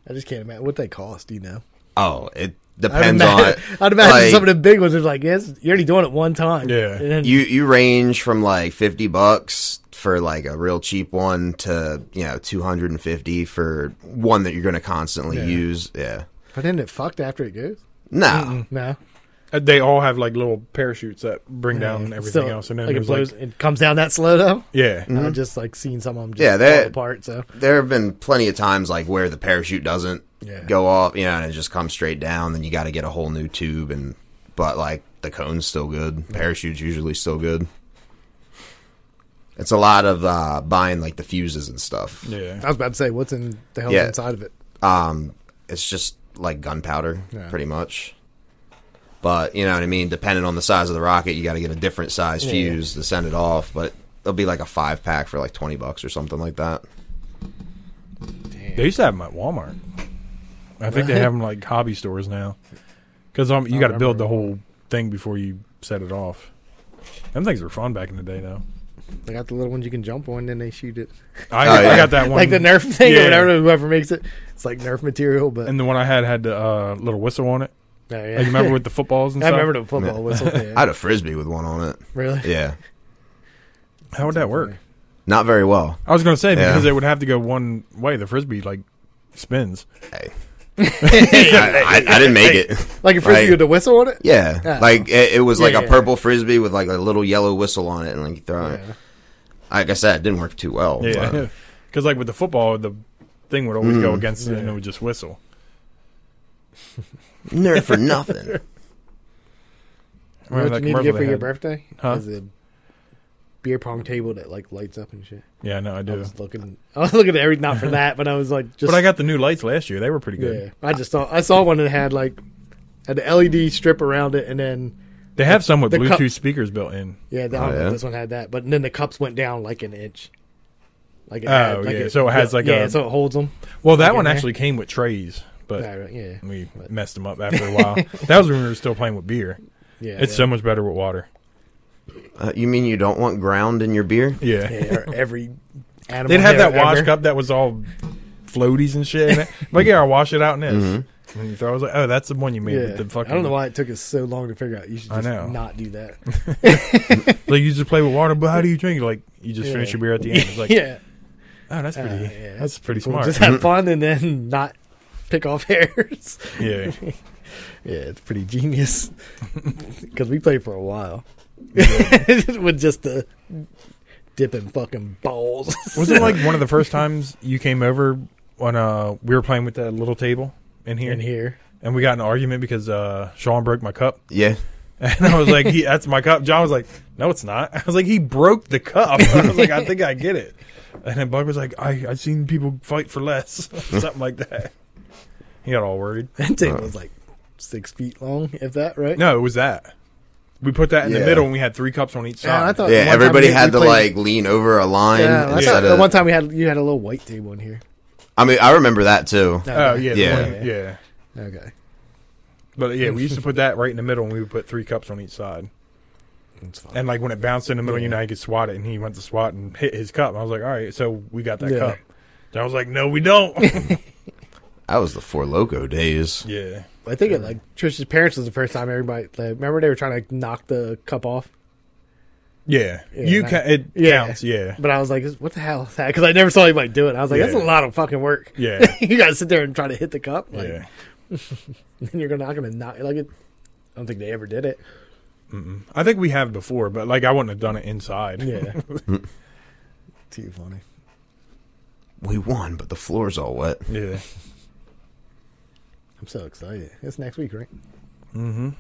Speaker 2: I just can't imagine what they cost. You know.
Speaker 3: Oh, it
Speaker 2: I'd
Speaker 3: depends on
Speaker 2: imagine,
Speaker 3: it.
Speaker 2: I'd imagine
Speaker 3: Like,
Speaker 2: some of the big ones are like, yes, you're already doing it one time.
Speaker 1: Yeah.
Speaker 2: And then-
Speaker 3: you you range from like 50 bucks for like a real cheap one to you know 250 for one that you're going to constantly use yeah
Speaker 2: but then it fucked after it goes.
Speaker 3: no
Speaker 2: No.
Speaker 1: Uh, They all have like little parachutes that bring down
Speaker 2: Yeah.
Speaker 1: everything
Speaker 2: So,
Speaker 1: else, and then
Speaker 2: like it Mm-hmm.
Speaker 1: there's like Mm-hmm.
Speaker 2: blows, it comes down that slow though.
Speaker 1: yeah.
Speaker 2: I've just like seen some of them just
Speaker 3: Yeah, that-
Speaker 2: fall apart. So
Speaker 3: there have been plenty of times like where the parachute doesn't
Speaker 2: Yeah.
Speaker 3: go off you know and it just comes straight down then you got to get a whole new tube and but like the cone's still good parachutes usually still good it's a lot of uh, buying like the fuses and stuff
Speaker 1: Yeah.
Speaker 2: I was about to say, what's in the hell
Speaker 3: Yeah.
Speaker 2: inside of it?
Speaker 3: Um, it's just like gunpowder,
Speaker 2: Yeah.
Speaker 3: pretty much. But you know what I mean. Depending on the size of the rocket, you got to get a different size fuse to send it off. But it'll be like a five pack for like twenty bucks or something like that.
Speaker 1: They used to have them at Walmart. I think they have them like hobby stores now, because um, you got to build the whole thing before you set it off. Them things were fun back in the day, though.
Speaker 2: They got the little ones you can jump on, then they shoot it.
Speaker 1: I,
Speaker 3: Oh,
Speaker 1: I
Speaker 3: yeah.
Speaker 1: got that one.
Speaker 2: like the Nerf thing
Speaker 1: Yeah.
Speaker 2: or whatever, whoever makes it. It's like Nerf material, but
Speaker 1: And the one I had had the uh, little whistle on it.
Speaker 2: Oh, yeah.
Speaker 1: Like, remember with the footballs and
Speaker 2: I
Speaker 1: stuff?
Speaker 2: remember the football whistle. Yeah.
Speaker 3: I had a frisbee with one on it.
Speaker 2: really?
Speaker 3: Yeah,
Speaker 1: How would that work?
Speaker 3: not very well.
Speaker 1: I was going to say,
Speaker 3: Yeah.
Speaker 1: because it would have to go one way. The Frisbee, like, spins.
Speaker 3: Hey. I, I, I didn't make it.
Speaker 2: Like a frisbee
Speaker 3: Like-
Speaker 2: with a whistle on it.
Speaker 3: Yeah,
Speaker 2: Yeah.
Speaker 3: like it, it was
Speaker 2: Oh. Yeah,
Speaker 3: like
Speaker 2: yeah.
Speaker 3: a purple frisbee with like a little yellow whistle on it, and like you throw it.
Speaker 2: Yeah.
Speaker 3: Like I said, it didn't work too well.
Speaker 1: Yeah.
Speaker 3: but-
Speaker 1: Because, like, with the football, the thing would always go
Speaker 3: Mm.
Speaker 1: against it and it
Speaker 2: Yeah.
Speaker 1: would just whistle.
Speaker 3: nerd for nothing.
Speaker 2: You know
Speaker 1: Remember
Speaker 2: what
Speaker 1: that
Speaker 2: you need to
Speaker 1: commercial
Speaker 2: get for
Speaker 1: they
Speaker 2: your
Speaker 1: had?
Speaker 2: birthday?
Speaker 1: Huh?
Speaker 2: Is a beer pong table that like lights up and shit.
Speaker 1: Yeah, no, I
Speaker 2: I
Speaker 1: do.
Speaker 2: was looking. I was looking at every not for that, but I was like, just
Speaker 1: But I got the new lights last year. They were pretty good.
Speaker 2: yeah. I just saw. I saw one that had like an LED strip around it, and then
Speaker 1: They have some with
Speaker 2: The
Speaker 1: Bluetooth
Speaker 2: cup-
Speaker 1: speakers built in.
Speaker 2: yeah, the, I
Speaker 3: Oh,
Speaker 2: don't know
Speaker 3: yeah?
Speaker 2: if this one had that, but then the cups went down like an inch. Like it
Speaker 1: Oh,
Speaker 2: had, like
Speaker 1: yeah, so it has, like,
Speaker 2: yeah,
Speaker 1: a-
Speaker 2: so it holds them.
Speaker 1: Well, that
Speaker 2: Like in
Speaker 1: one
Speaker 2: there?
Speaker 1: actually came with trays, but
Speaker 2: yeah,
Speaker 1: we
Speaker 2: but-
Speaker 1: messed them up after a while. that was when we were still playing with beer.
Speaker 2: yeah.
Speaker 1: It's
Speaker 2: yeah.
Speaker 1: so much better with water.
Speaker 3: Uh, you mean you don't want ground in your beer?
Speaker 1: Yeah.
Speaker 2: Yeah, or every animal.
Speaker 1: They'd have
Speaker 2: there
Speaker 1: that wash
Speaker 2: ever.
Speaker 1: cup that was all floaties and shit in it. Like, yeah, I'll wash it out in this. And you throw, I was like, oh, that's the one you made
Speaker 2: Yeah.
Speaker 1: with the fucking.
Speaker 2: I don't know why it took us so long to figure out. You should
Speaker 1: I
Speaker 2: just
Speaker 1: know.
Speaker 2: not do that.
Speaker 1: Like, you just play with water, but how do you drink? it? Like, you just
Speaker 2: Yeah.
Speaker 1: finish your beer at the end. It's like,
Speaker 2: yeah,
Speaker 1: oh, that's
Speaker 2: Uh,
Speaker 1: pretty,
Speaker 2: yeah,
Speaker 1: that's,
Speaker 2: that's
Speaker 1: pretty
Speaker 2: Cool.
Speaker 1: smart.
Speaker 2: Just have fun and then not pick off hairs.
Speaker 1: yeah.
Speaker 2: yeah, it's pretty genius because we played for a while with just the dipping fucking balls.
Speaker 1: Was it like one of the first times you came over when uh, we were playing with that little table in here?
Speaker 2: in here?
Speaker 1: And we got in an argument because uh, Sean broke my cup.
Speaker 3: Yeah.
Speaker 1: And I was like, he, that's my cup. John was like, no, it's not. I was like, he broke the cup. I was like, I think I get it. And then Bug was like, I, I've seen people fight for less. Something like that. He got all worried.
Speaker 2: That table was like six feet long, if that right?
Speaker 1: No, it was that. We put that in the
Speaker 3: Yeah.
Speaker 1: middle and we had three cups on each side.
Speaker 2: Yeah, I thought
Speaker 3: Yeah,
Speaker 2: Uh, one time
Speaker 3: everybody
Speaker 2: we-
Speaker 3: had
Speaker 2: we
Speaker 3: to
Speaker 2: played-
Speaker 3: like lean over a line
Speaker 2: Yeah, I thought
Speaker 3: instead
Speaker 2: the
Speaker 3: of.
Speaker 2: one time we had you had a little white table in here.
Speaker 3: I mean, I remember that too.
Speaker 1: oh, yeah. the
Speaker 3: Yeah.
Speaker 1: one- yeah.
Speaker 2: Okay.
Speaker 1: But yeah, we used to put that right in the middle and we would put three cups on each side.
Speaker 2: It's fine.
Speaker 1: And like when it bounced in the middle, you know, he could swat it, and he went to swat and hit his cup. I was like, all right, so we got that
Speaker 2: Yeah.
Speaker 1: cup. John was like, no, we don't.
Speaker 3: That was the Four Loco days.
Speaker 1: yeah,
Speaker 2: I think it like Trish's parents was the first time everybody like, remember they were trying to like, knock the cup off,
Speaker 1: yeah.
Speaker 2: Yeah,
Speaker 1: you
Speaker 2: that-
Speaker 1: can. It
Speaker 2: Yeah.
Speaker 1: counts. Yeah,
Speaker 2: but I was like, "What the hell is that?" Because I never saw anybody do it. I was like, "That's
Speaker 1: Yeah.
Speaker 2: a lot of fucking work."
Speaker 1: Yeah.
Speaker 2: you gotta sit there and try to hit the cup. Like,
Speaker 1: yeah.
Speaker 2: then you're gonna not gonna knock like it. I don't think they ever did it.
Speaker 1: I think we have before, but like I wouldn't have done it inside.
Speaker 2: Yeah. Too funny.
Speaker 3: We won, but the floor's all wet.
Speaker 1: yeah.
Speaker 2: I'm so excited. It's next week, right?
Speaker 3: We're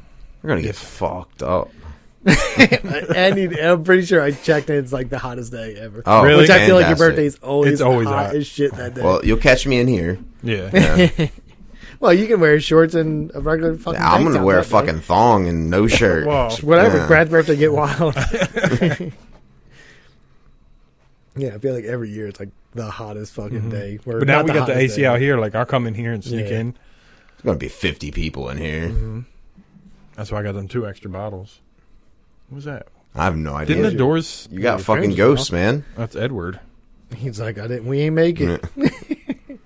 Speaker 3: gonna get fucked up.
Speaker 2: I, I need. I'm pretty sure I checked. and It's like the hottest day ever.
Speaker 3: Oh,
Speaker 1: Really?
Speaker 2: Which I feel like your
Speaker 3: fantastic.
Speaker 2: birthday's always
Speaker 1: It's always
Speaker 2: hot,
Speaker 1: hot.
Speaker 2: as shit that day. Well,
Speaker 3: Well, you'll catch me in here.
Speaker 1: Yeah.
Speaker 2: you can wear shorts and a regular fucking.
Speaker 3: I'm
Speaker 2: tank
Speaker 3: gonna
Speaker 2: top
Speaker 3: wear a
Speaker 2: that day.
Speaker 3: fucking thong and no shirt.
Speaker 1: Wow.
Speaker 2: Whatever,
Speaker 3: Yeah.
Speaker 2: Brad's birthday get wild. yeah, I feel like every year it's like the hottest fucking day. Or
Speaker 1: Mm-hmm. But now
Speaker 2: not
Speaker 1: we got the
Speaker 2: hottest
Speaker 1: AC
Speaker 2: day.
Speaker 1: out here. Like I'll come in here and sneak
Speaker 2: Yeah.
Speaker 1: in.
Speaker 3: There's gonna be 50 people in here.
Speaker 1: That's why I got them two extra bottles. What was that?
Speaker 3: I have no idea.
Speaker 1: Didn't the doors?
Speaker 3: you got
Speaker 2: your
Speaker 3: fucking
Speaker 2: friends are
Speaker 3: ghosts, man.
Speaker 1: That's Edward.
Speaker 2: He's like, I didn't. We ain't make
Speaker 3: Mm.
Speaker 2: it.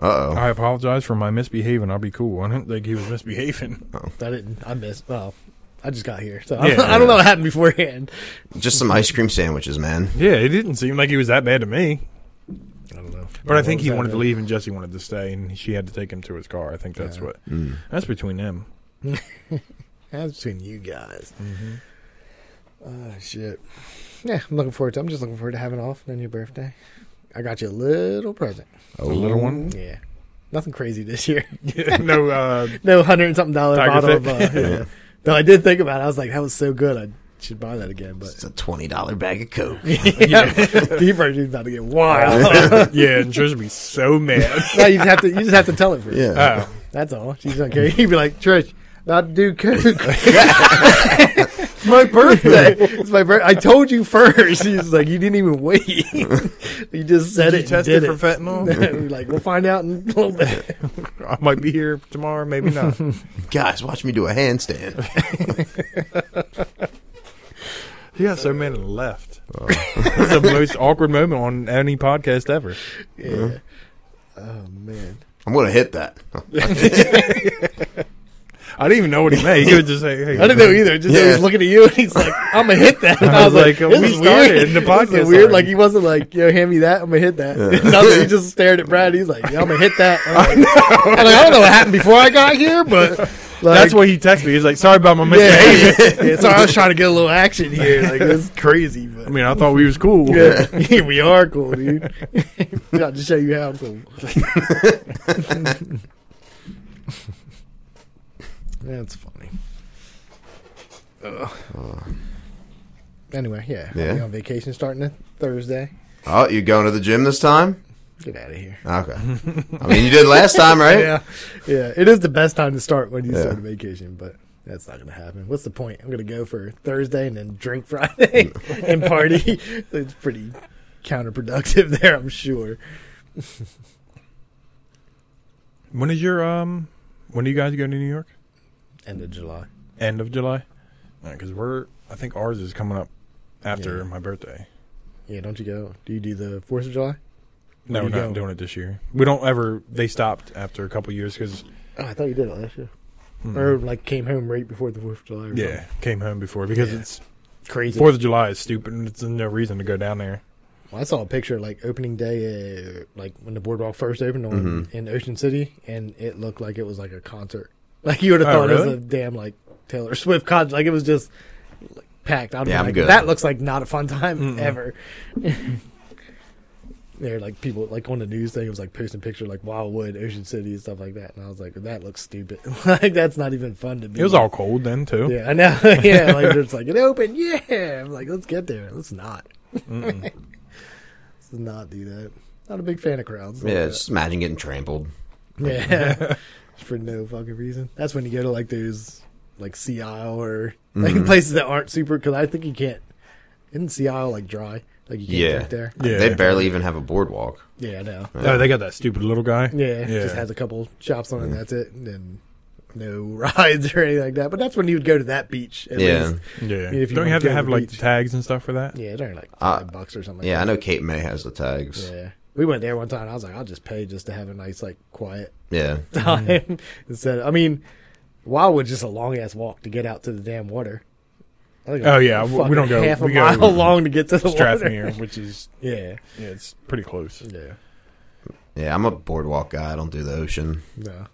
Speaker 3: Uh oh.
Speaker 1: I apologize for my misbehaving. I'll be cool. I didn't think he was misbehaving.
Speaker 2: I didn't. I missed. Well, I just got here, so
Speaker 1: Yeah.
Speaker 2: I, don't know what happened beforehand.
Speaker 3: Just some ice cream sandwiches, man.
Speaker 1: Yeah, it didn't seem like he was that bad to me.
Speaker 2: I don't know.
Speaker 1: But I think
Speaker 2: What
Speaker 1: he
Speaker 2: was
Speaker 1: wanted
Speaker 2: that
Speaker 1: to leave, and Jesse wanted to stay, and she had to take him to his car. I think that's what. That's between them.
Speaker 2: day? That's between you guys. Oh shit. Yeah, I'm looking forward to. I'm just looking forward to having off on your birthday. I got you a little present.
Speaker 3: A
Speaker 1: little one?
Speaker 2: Yeah, nothing crazy this year.
Speaker 1: no, uh,
Speaker 2: no hundred and something dollar
Speaker 1: Tiger
Speaker 2: bottle of.
Speaker 1: Fit.
Speaker 2: Uh, yeah. Though I did think about it, I was like, that was so good. I should buy that again. But
Speaker 3: It's a twenty dollar bag of coke.
Speaker 2: yeah, the version's about to get wild.
Speaker 1: yeah, and Trish would be so mad.
Speaker 2: no, you just have to. You just have to tell it for
Speaker 3: Yeah.
Speaker 1: Oh,
Speaker 2: That's all. She's not care. He'd be like, Trish, not do coke. it's my birthday. It's my birthday. I told you first. She's like, you didn't even wait. you just said
Speaker 1: you
Speaker 2: it. and
Speaker 1: tested
Speaker 2: did
Speaker 1: for
Speaker 2: it.
Speaker 1: fentanyl?
Speaker 2: We're like, we'll find out in a little bit.
Speaker 1: I might be here tomorrow, maybe not. you
Speaker 3: Guys, watch me do a handstand.
Speaker 1: got so many left. It's the most awkward moment on any podcast ever.
Speaker 2: Yeah. Oh man.
Speaker 3: I'm gonna hit that.
Speaker 1: I didn't even know what he meant. He could just say, hey,
Speaker 2: I didn't know either. Just he
Speaker 3: Yeah.
Speaker 2: was looking at you, and he's like, "I'm gonna hit that." And I, was like,
Speaker 1: "Oh,
Speaker 2: "This
Speaker 1: we
Speaker 2: is
Speaker 1: started
Speaker 2: weird."
Speaker 1: in the
Speaker 2: This is
Speaker 1: podcast
Speaker 2: weird.
Speaker 1: already.
Speaker 2: Like he wasn't like, "Yo, hand me that. I'm gonna hit that."
Speaker 3: Yeah.
Speaker 2: Nothing. He just stared at Brad. He's like, "Yeah, I'm gonna hit that." I'm like, I'm like, I don't know what happened before I got here, but like,
Speaker 1: that's what he texted me. He's like, sorry about my
Speaker 2: Yeah,
Speaker 1: misbehavior.
Speaker 2: yeah, yeah. Sorry, I was trying to get a little action here. Like it's crazy, but
Speaker 1: I mean, I thought we was cool.
Speaker 2: yeah, Yeah, we are cool, dude. Got to show you how cool. That's funny. Ugh. Anyway, yeah, I'll be
Speaker 3: Yeah.
Speaker 2: on vacation starting it Thursday.
Speaker 3: Oh, you going to the gym this time?
Speaker 2: Get out of here.
Speaker 3: Okay. I mean, you did last time, right?
Speaker 2: Yeah, yeah. It is the best time to start when you
Speaker 3: Yeah.
Speaker 2: start a vacation, but that's not going to happen. What's the point? I'm going to go for Thursday and then drink Friday and party. it's pretty counterproductive there, I'm sure.
Speaker 1: When is your um? When do you guys go to New York?
Speaker 2: End of July.
Speaker 1: End of July. Because we're, I think ours is coming up after
Speaker 2: Yeah.
Speaker 1: my birthday.
Speaker 2: Yeah, don't you go? Do you do the Fourth of July?
Speaker 1: No,
Speaker 2: do
Speaker 1: we're
Speaker 2: you
Speaker 1: not
Speaker 2: go?
Speaker 1: doing it this year. We don't ever. They stopped after a couple years because
Speaker 2: Oh, I thought you did it last year. Or like came home right before the Fourth of July. Or
Speaker 1: Hmm. yeah, came home before because
Speaker 2: Yeah.
Speaker 1: it's
Speaker 2: something. crazy.
Speaker 1: Fourth of July is stupid and it's no reason to go down there.
Speaker 2: Well, I saw a picture like opening day, uh, like when the boardwalk first opened on,
Speaker 1: Mm-hmm.
Speaker 2: in Ocean City, and it looked like it was like a concert. Like you would have
Speaker 1: Oh,
Speaker 2: thought it
Speaker 1: really?
Speaker 2: was a damn like Taylor Swift concert. Like it was just like, packed. I'd be
Speaker 3: Yeah, I'm
Speaker 2: like,
Speaker 3: good.
Speaker 2: that looks like not a fun time ever. They're like people like on the news thing. It was like posting pictures like Wildwood, Ocean City, and stuff like that. And I was like, that looks stupid. like that's not even fun to be.
Speaker 1: It was all cold then too.
Speaker 2: Yeah, I know. yeah, like it's like it opened. Yeah, I'm like, let's get there. Let's not. let's not do that. Not a big fan of crowds. like
Speaker 3: Yeah,
Speaker 2: that.
Speaker 3: just imagine getting trampled.
Speaker 2: yeah. For no fucking reason. That's when you go to like those like Sea Isle or like
Speaker 3: Mm-hmm.
Speaker 2: places that aren't super. Because I think you can't. Isn't Sea Isle like dry? Like you can't
Speaker 3: Yeah.
Speaker 2: drink there.
Speaker 1: Yeah.
Speaker 3: They barely even have a boardwalk.
Speaker 2: Yeah, I know.
Speaker 1: Oh, they got that stupid little guy.
Speaker 2: Yeah, it just has a couple shops
Speaker 3: Mm.
Speaker 2: on it. and That's it. And then no rides or anything like that. But that's when you would go to that beach. At
Speaker 3: Yeah.
Speaker 2: Least.
Speaker 1: yeah.
Speaker 2: If you
Speaker 1: don't
Speaker 2: wanna
Speaker 1: you have to
Speaker 2: go to
Speaker 1: have
Speaker 2: the
Speaker 1: like the
Speaker 2: beach.
Speaker 1: tags and stuff for that?
Speaker 2: Yeah, they're like
Speaker 3: Uh,
Speaker 2: five bucks or something. like
Speaker 3: Yeah, I
Speaker 2: that.
Speaker 3: know Cape May has the tags.
Speaker 2: Yeah. We went there one time. and I was like, I'll just pay just to have a nice, like, quiet
Speaker 3: Yeah.
Speaker 2: time. Instead, of, I mean, Wildwood's just a long ass walk to get out to the damn water. I think
Speaker 1: Oh,
Speaker 2: it's
Speaker 1: yeah, we- we
Speaker 2: fucking
Speaker 1: don't go-
Speaker 2: half a
Speaker 1: we go
Speaker 2: mile long to get to the water.
Speaker 1: Strathmere, which is
Speaker 2: Yeah,
Speaker 1: yeah, it's pretty close.
Speaker 2: yeah,
Speaker 3: Yeah, I'm a boardwalk guy. I don't do the ocean.
Speaker 2: no,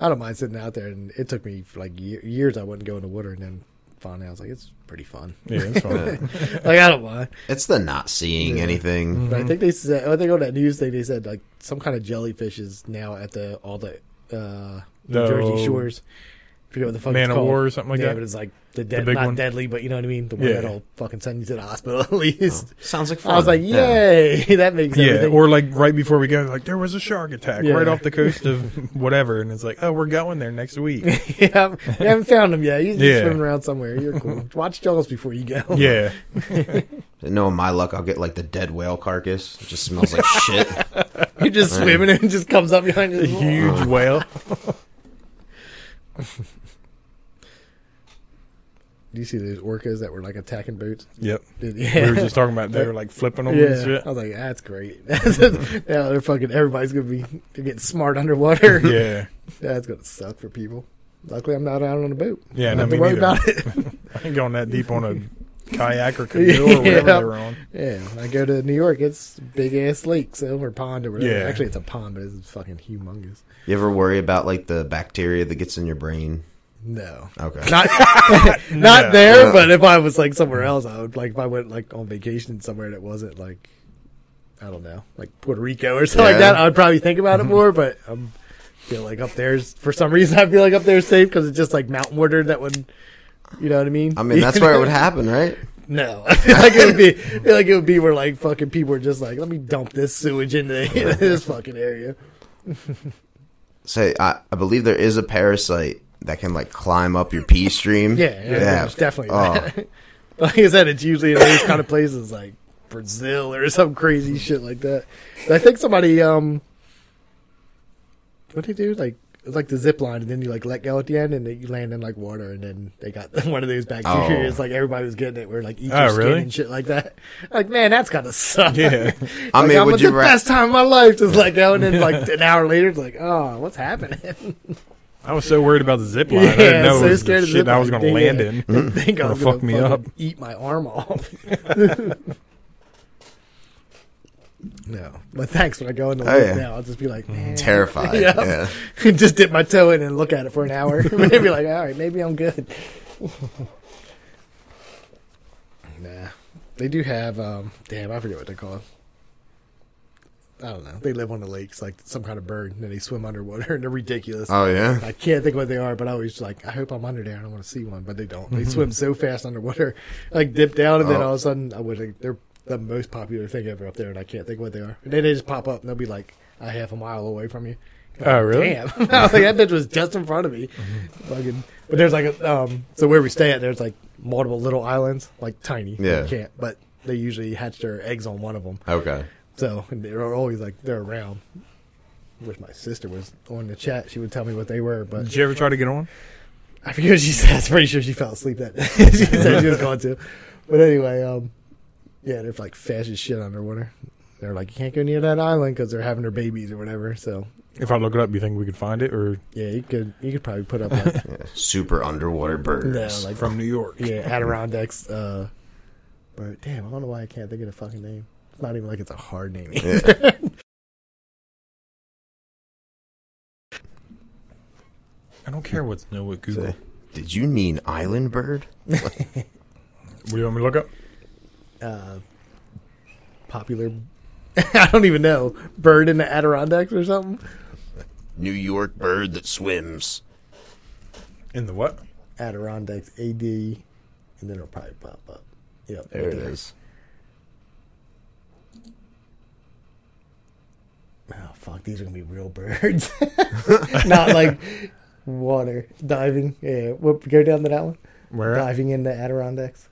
Speaker 2: I don't mind sitting out there. And it took me like year, years. I wouldn't go in the water, and then finally I was like, it's pretty fun.
Speaker 1: Yeah, it's fine.
Speaker 2: like I don't mind.
Speaker 3: It's the not seeing
Speaker 2: Yeah. Mm.
Speaker 3: anything.
Speaker 1: Mm-hmm.
Speaker 2: But I think they said, I think on that news thing, they said like some kind of jellyfish is now at the all the uh, New
Speaker 1: No.
Speaker 2: Jersey shores. forget what the fuck
Speaker 1: Man
Speaker 2: it's
Speaker 1: of
Speaker 2: called.
Speaker 1: War or something like
Speaker 2: yeah,
Speaker 1: that?
Speaker 2: but it's like the, dead,
Speaker 1: big
Speaker 2: not
Speaker 1: one?
Speaker 2: deadly, but you know what I mean. The one
Speaker 1: Yeah.
Speaker 2: that'll fucking send you to the hospital at least.
Speaker 3: Sounds like fun.
Speaker 2: I was Oh. like, yay, that makes
Speaker 1: Yeah,
Speaker 2: everything.
Speaker 1: or like right before we go, like there was a shark attack
Speaker 2: Yeah.
Speaker 1: right off the coast of whatever, and it's like, oh, we're going there next week.
Speaker 2: yeah, you haven't found him yet. He's just
Speaker 1: Yeah.
Speaker 2: swimming around somewhere. You're cool. Watch Jaws before you go.
Speaker 1: yeah,
Speaker 3: Knowing my luck, I'll get like the dead whale carcass. It just smells like shit.
Speaker 2: You're just swimming and it just comes up behind you.
Speaker 1: huge whale.
Speaker 2: Do you see those orcas that were like attacking boats?
Speaker 1: Yep,
Speaker 2: Yeah.
Speaker 1: we were just talking about they were like flipping them and
Speaker 2: Yeah,
Speaker 1: shit.
Speaker 2: I was like, that's great. yeah, they're fucking. Everybody's gonna be they're getting smart underwater.
Speaker 1: Yeah,
Speaker 2: that's gonna suck for people. Luckily, I'm not out on a boat.
Speaker 1: Yeah,
Speaker 2: I
Speaker 1: no,
Speaker 2: don't have to
Speaker 1: me
Speaker 2: worry
Speaker 1: neither.
Speaker 2: about it.
Speaker 1: I ain't going that deep on a kayak or canoe or whatever
Speaker 2: Yeah.
Speaker 1: they were on.
Speaker 2: Yeah, when I go to New York, it's big ass lake, so or pond or whatever.
Speaker 1: Yeah.
Speaker 2: Actually, it's a pond, but it's fucking humongous.
Speaker 3: You ever worry about like the bacteria that gets in your brain?
Speaker 2: No,
Speaker 3: Okay.
Speaker 2: not not there. But if I was like somewhere else, I would like if I went like on vacation somewhere that wasn't like I don't know, like Puerto Rico or something like
Speaker 3: Yeah. Mm-hmm.
Speaker 2: that. I would probably think about it more. But I am feel like up there's for some reason I feel like up there's safe because it's just like mountain water that would. You know what I mean?
Speaker 3: I mean, that's where it would happen, right?
Speaker 2: No, I feel like it would be I feel like it would be where like fucking people are just like, let me dump this sewage into this fucking area.
Speaker 3: Say, I, I believe there is a parasite that can like climb up your pee stream.
Speaker 2: Yeah, yeah, there's definitely.
Speaker 3: Oh.
Speaker 2: that. like I said, it's usually in these kind of places like Brazil or some crazy shit like that. I think somebody um, what they do like It's like the zip line, and then you like let go at the end, and then you land in like water, and then they got one of those
Speaker 3: Oh.
Speaker 2: bacteria. It's like everybody was getting it, where like eat your
Speaker 1: Oh,
Speaker 2: skin
Speaker 1: really?
Speaker 2: and shit like that. Like, man, that's gotta suck.
Speaker 1: Yeah.
Speaker 2: I mean, would you the
Speaker 3: ra-
Speaker 2: best time of my life? Just like go, and then like an hour later, it's like, oh, what's happening?
Speaker 1: I was so worried about the zip line. I
Speaker 2: Yeah,
Speaker 1: didn't know
Speaker 2: so
Speaker 1: it was
Speaker 2: scared
Speaker 1: the
Speaker 2: of
Speaker 1: shit I was
Speaker 2: zip
Speaker 1: going to
Speaker 2: line.
Speaker 1: land in.
Speaker 2: I think I
Speaker 1: Gonna
Speaker 2: was gonna
Speaker 1: fuck me
Speaker 2: fucking
Speaker 1: up.
Speaker 2: eat my arm off. no, but thanks when I go in the
Speaker 3: Oh,
Speaker 2: loop
Speaker 3: yeah.
Speaker 2: now, I'll just be like, man.
Speaker 1: Mm.
Speaker 3: Terrified.
Speaker 2: Yeah.
Speaker 3: Yeah.
Speaker 2: just dip my toe in and look at it for an hour. maybe like, all right, maybe I'm good. nah, they do have. Um, damn, I forget what they're called. I don't know. They live on the lakes, like some kind of bird, and then they swim underwater, and they're ridiculous.
Speaker 3: Oh yeah.
Speaker 2: I can't think what they are, but I always like, I hope I'm under there. I don't want to see one, but they don't. They swim so fast underwater, like dip down, and then
Speaker 3: Oh.
Speaker 2: all of a sudden, I would. Like, they're the most popular thing ever up there, and I can't think what they are. And then they just pop up, and they'll be like a half a mile away from you.
Speaker 1: Oh, really?
Speaker 2: Damn. I was like, that bitch was just in front of me. Fucking. But there's like a, um, so where we stay at, there's like multiple little islands, like tiny.
Speaker 3: Yeah.
Speaker 2: You can't, but they usually hatch their eggs on one of them.
Speaker 3: Okay.
Speaker 2: So and they're always like, they're around. Wish my sister was on the chat. She would tell me what they were,
Speaker 1: Did
Speaker 2: but
Speaker 1: you ever try to get on?
Speaker 2: I forget what she said. I was pretty sure she fell asleep that day. she said she was going to. But anyway, um, yeah, they're like fast as shit underwater. They're like, you can't go near that island because they're having their babies or whatever. So
Speaker 1: If I look it up, you think we could find it? Or
Speaker 2: yeah, you could you could probably put up like
Speaker 3: Super underwater
Speaker 2: No,
Speaker 3: birds.
Speaker 2: like
Speaker 1: from New York?
Speaker 2: yeah, Adirondacks. Uh, but damn, I don't know why I can't think of the fucking name. It's not even like it's a hard name.
Speaker 1: I don't care what's new with Google.
Speaker 3: Did you mean island bird?
Speaker 1: What do you want me to look up?
Speaker 2: Uh, popular. I don't even know. Bird in the Adirondacks or something.
Speaker 3: New York bird that swims.
Speaker 1: In the what?
Speaker 2: Adirondacks AD, and then it'll probably pop up. Yep,
Speaker 3: There it is.
Speaker 2: Oh fuck, these are gonna be real birds, not like water diving. Yeah, whoop, go down to that one.
Speaker 1: Where? at?
Speaker 2: Diving in the Adirondacks.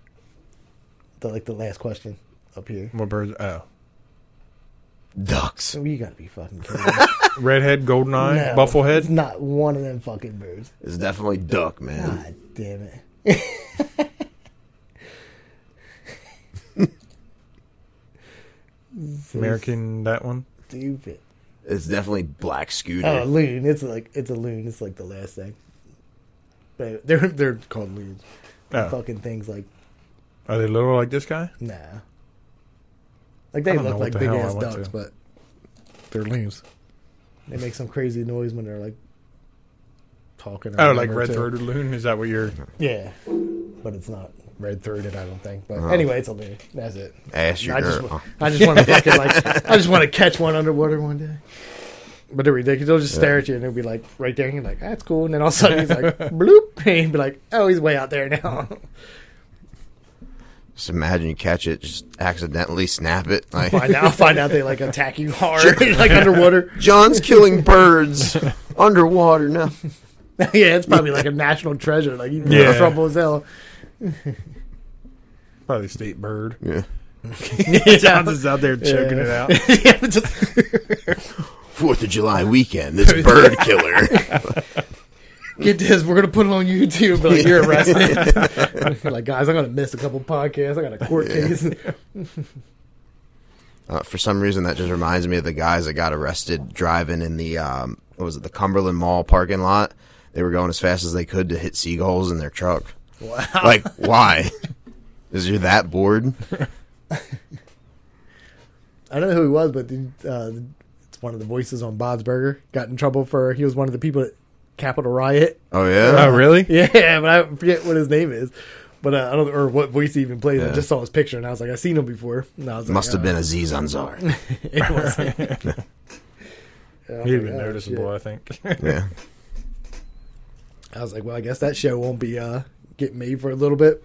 Speaker 2: The like the last question up here.
Speaker 1: What birds? Oh,
Speaker 3: Ducks.
Speaker 2: So you gotta be fucking kidding. me.
Speaker 1: redhead, golden eye,
Speaker 2: No, It's
Speaker 1: bufflehead.
Speaker 2: not one of them fucking birds.
Speaker 3: It's definitely duck, man.
Speaker 2: God damn it.
Speaker 1: American, that one.
Speaker 2: Stupid.
Speaker 3: It's definitely black scooter.
Speaker 2: Oh, a loon. It's like it's a loon. It's like the last thing. But they're they're called loons.
Speaker 1: Oh.
Speaker 2: Fucking things like
Speaker 1: Are they little like this guy?
Speaker 2: nah. Like they
Speaker 1: don't know
Speaker 2: look
Speaker 1: what
Speaker 2: like
Speaker 1: the
Speaker 2: big
Speaker 1: hell I
Speaker 2: ass
Speaker 1: went
Speaker 2: ducks,
Speaker 1: to.
Speaker 2: but they're loons. They make some crazy noise when they're like talking. or
Speaker 1: Oh, like
Speaker 2: whatever,
Speaker 1: red
Speaker 2: too.
Speaker 1: throated loon? Is that what you're?
Speaker 2: Yeah, but it's not red throated. I don't think. But
Speaker 1: Uh-huh.
Speaker 2: anyway, it's a loon. That's it.
Speaker 3: Ass your
Speaker 2: I just,
Speaker 3: girl.
Speaker 2: wa- I just want to fucking like, I just want to catch one underwater one day. But they're ridiculous. They'll just stare at you and they'll be like right there, and you're like, "Ah, that's cool. And then all of a sudden he's like, bloop, and you'd be like, oh, he's way out there now.
Speaker 3: Just imagine you catch it, just accidentally snap it. Like
Speaker 2: find out, find out they like attack you hard, like underwater.
Speaker 3: John's killing birds underwater now.
Speaker 2: yeah, it's probably like a national treasure. Like you're
Speaker 1: Yeah.
Speaker 2: in trouble as hell.
Speaker 1: Probably state bird.
Speaker 3: Yeah.
Speaker 1: John's is out there choking it out.
Speaker 2: yeah, but just-
Speaker 3: Fourth of July weekend, this bird killer.
Speaker 2: get this, we're gonna put it on YouTube. But like Oh, you're arrested. like guys, I'm gonna miss a couple podcasts. I got a court case.
Speaker 3: Uh, for some reason, that just reminds me of the guys that got arrested driving in the um, what was it, the Cumberland Mall parking lot. They were going as fast as they could to hit seagulls in their truck. Wow! Like, why? Is you're that bored?
Speaker 2: I don't know who he was, but the, uh, it's one of the voices on Bob's Burger. Got in trouble for he was one of the people at Capitol Riot.
Speaker 3: Oh yeah.
Speaker 1: Oh, really?
Speaker 2: Yeah, but I forget what his name is. But uh, I don't or what voice he even plays. I
Speaker 3: Yeah.
Speaker 2: just saw his picture and I was like, I seen him before. And I was like,
Speaker 3: Must have
Speaker 2: uh,
Speaker 3: been Aziz Ansar.
Speaker 2: It was. yeah, I was
Speaker 1: He'd
Speaker 2: like,
Speaker 1: been
Speaker 2: oh,
Speaker 1: noticeable,
Speaker 2: shit.
Speaker 1: I think.
Speaker 3: yeah.
Speaker 2: I was like, well, I guess that show won't be uh, getting made for a little bit.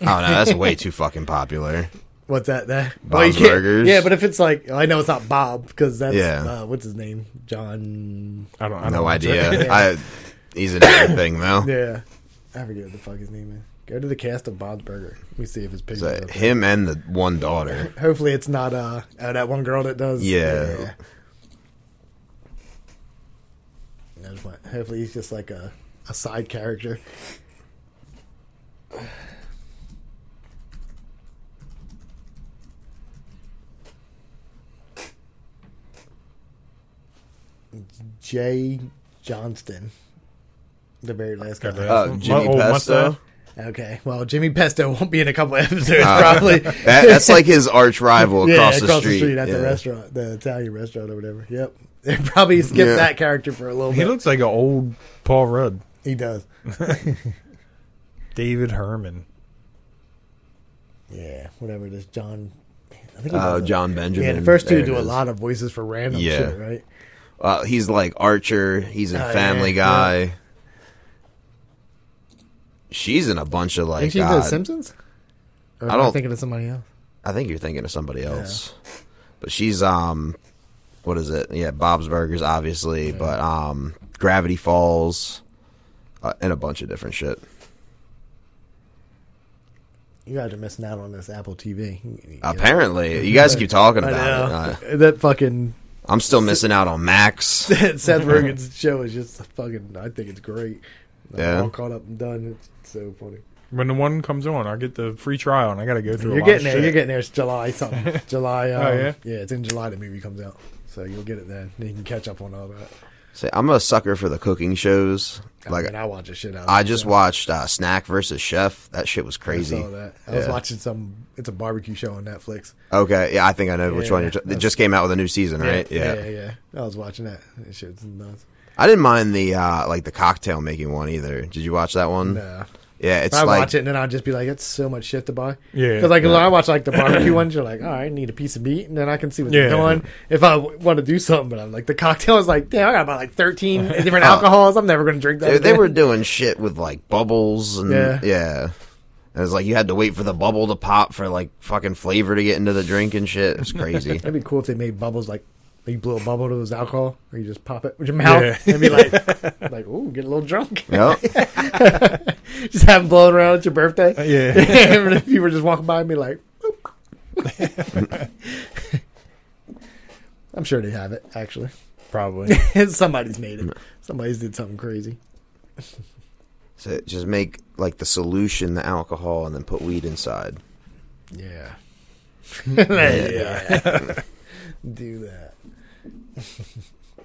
Speaker 3: Oh no, that's way too fucking popular.
Speaker 2: What's that? That
Speaker 3: Bob's
Speaker 2: you can't-
Speaker 3: Burgers.
Speaker 2: Yeah, but if it's like, I know it's not Bob because that's
Speaker 3: Yeah.
Speaker 2: uh, what's his name, John.
Speaker 1: I don't. I don't
Speaker 3: No
Speaker 1: know.
Speaker 3: idea. I. He's in everything though.
Speaker 2: Yeah, I forget what the fuck his name is. Go to the cast of Bob's Burger. Let me see if his picture.
Speaker 3: So, him and the one daughter.
Speaker 2: Hopefully, it's not uh oh, that one girl that does.
Speaker 3: Yeah.
Speaker 2: And I just went, hopefully he's just like a, a side character. Jay Johnston, the very last guy.
Speaker 1: Got
Speaker 3: Oh,
Speaker 1: Mu-
Speaker 3: Jimmy
Speaker 1: oh,
Speaker 3: Pesto.
Speaker 1: mustache.
Speaker 2: Okay, well, Jimmy Pesto won't be in a couple episodes probably.
Speaker 3: Uh, That, that's like his arch rival
Speaker 2: yeah,
Speaker 3: across, the, street.
Speaker 2: at
Speaker 3: Yeah.
Speaker 2: the restaurant, the Italian restaurant or whatever. Yep, they probably skipped
Speaker 3: Yeah.
Speaker 2: that character for a little
Speaker 1: He
Speaker 2: bit.
Speaker 1: looks like an old Paul Rudd.
Speaker 2: he does.
Speaker 1: David Herman.
Speaker 2: Yeah, whatever. This John, I think. he
Speaker 3: Oh,
Speaker 2: does it.
Speaker 3: John Benjamin.
Speaker 2: Yeah, the first
Speaker 3: There
Speaker 2: two
Speaker 3: it
Speaker 2: do a
Speaker 3: is.
Speaker 2: lot of voices for random
Speaker 3: Yeah.
Speaker 2: shit, right?
Speaker 3: Uh, he's like Archer. He's in
Speaker 2: Oh,
Speaker 3: Family
Speaker 2: yeah,
Speaker 3: Guy. She's in a bunch of like.
Speaker 2: Think she did
Speaker 3: odd-
Speaker 2: Simpsons? Or
Speaker 3: I
Speaker 2: am I
Speaker 3: don't-
Speaker 2: thinking of somebody else.
Speaker 3: I think you're thinking of somebody else, but she's um, what is it? Yeah, Bob's Burgers, obviously, but um, Gravity Falls, uh, and a bunch of different shit.
Speaker 2: You guys are missing out on this Apple TV. You know,
Speaker 3: Apparently, you guys keep talking
Speaker 2: I
Speaker 3: about it.
Speaker 2: know.
Speaker 3: Uh,
Speaker 2: that fucking
Speaker 3: I'm still missing out on Max.
Speaker 2: Seth Rogen's show is just fucking. I think it's great. I'm
Speaker 3: Yeah.
Speaker 2: all caught up and done. It's so funny.
Speaker 1: When the one comes on, I get the free trial and I got to go through.
Speaker 2: You're
Speaker 1: a lot of
Speaker 2: getting there.
Speaker 1: shit.
Speaker 2: You're getting there. It's July something. July. Um,
Speaker 1: Oh, yeah?
Speaker 2: it's in July the movie comes out, so you'll get it then. Then you can catch up on all that.
Speaker 3: See, I'm a sucker for the cooking shows.
Speaker 2: I
Speaker 3: Like
Speaker 2: mean, I watch the shit out. of
Speaker 3: I
Speaker 2: that
Speaker 3: just
Speaker 2: show.
Speaker 3: watched uh, Snack versus Chef. That shit was crazy.
Speaker 2: I saw that. I was
Speaker 3: Yeah.
Speaker 2: watching some. It's a barbecue show on Netflix.
Speaker 3: Okay, yeah, I think I know which
Speaker 2: Yeah.
Speaker 3: one you're. T- it just came out with a new season, right? Yeah.
Speaker 2: yeah, yeah, yeah. I was watching that. That shit's nuts.
Speaker 3: I didn't mind the uh like the cocktail making one either. Did you watch that one?
Speaker 2: Nah.
Speaker 3: Yeah, Mm. it's
Speaker 2: I
Speaker 3: like
Speaker 2: watch it and then I'll just be like, "That's so much shit to buy."
Speaker 1: Yeah.
Speaker 2: because like when I watch like the barbecue ones, you're like, "All right, I need a piece of meat," and then I can see what's
Speaker 1: Yeah.
Speaker 2: going. If I w- want to do something, but I'm like the cocktail is like, "Damn, I got about like 13 different
Speaker 3: Oh.
Speaker 2: alcohols. I'm never gonna drink that."
Speaker 3: they, they
Speaker 2: again."
Speaker 3: were doing shit with like bubbles and yeah.
Speaker 2: Yeah.
Speaker 3: And it's like you had to wait for the bubble to pop for like fucking flavor to get into the drink and shit. It was crazy.
Speaker 2: That'd be cool if they made bubbles like like you blew a bubble to was alcohol, or you just pop it with your mouth
Speaker 1: Yeah.
Speaker 2: and be like, like, "Ooh, get a little drunk."
Speaker 3: yep.
Speaker 2: just have them blowing around at your birthday.
Speaker 1: Uh, yeah.
Speaker 2: and if you were just walking by and be like, "Boop." I'm sure they have it actually.
Speaker 1: Probably.
Speaker 2: Somebody's made it. Somebody's did something crazy.
Speaker 3: So just make like the solution the alcohol and then put weed inside.
Speaker 2: Yeah. yeah. Do that.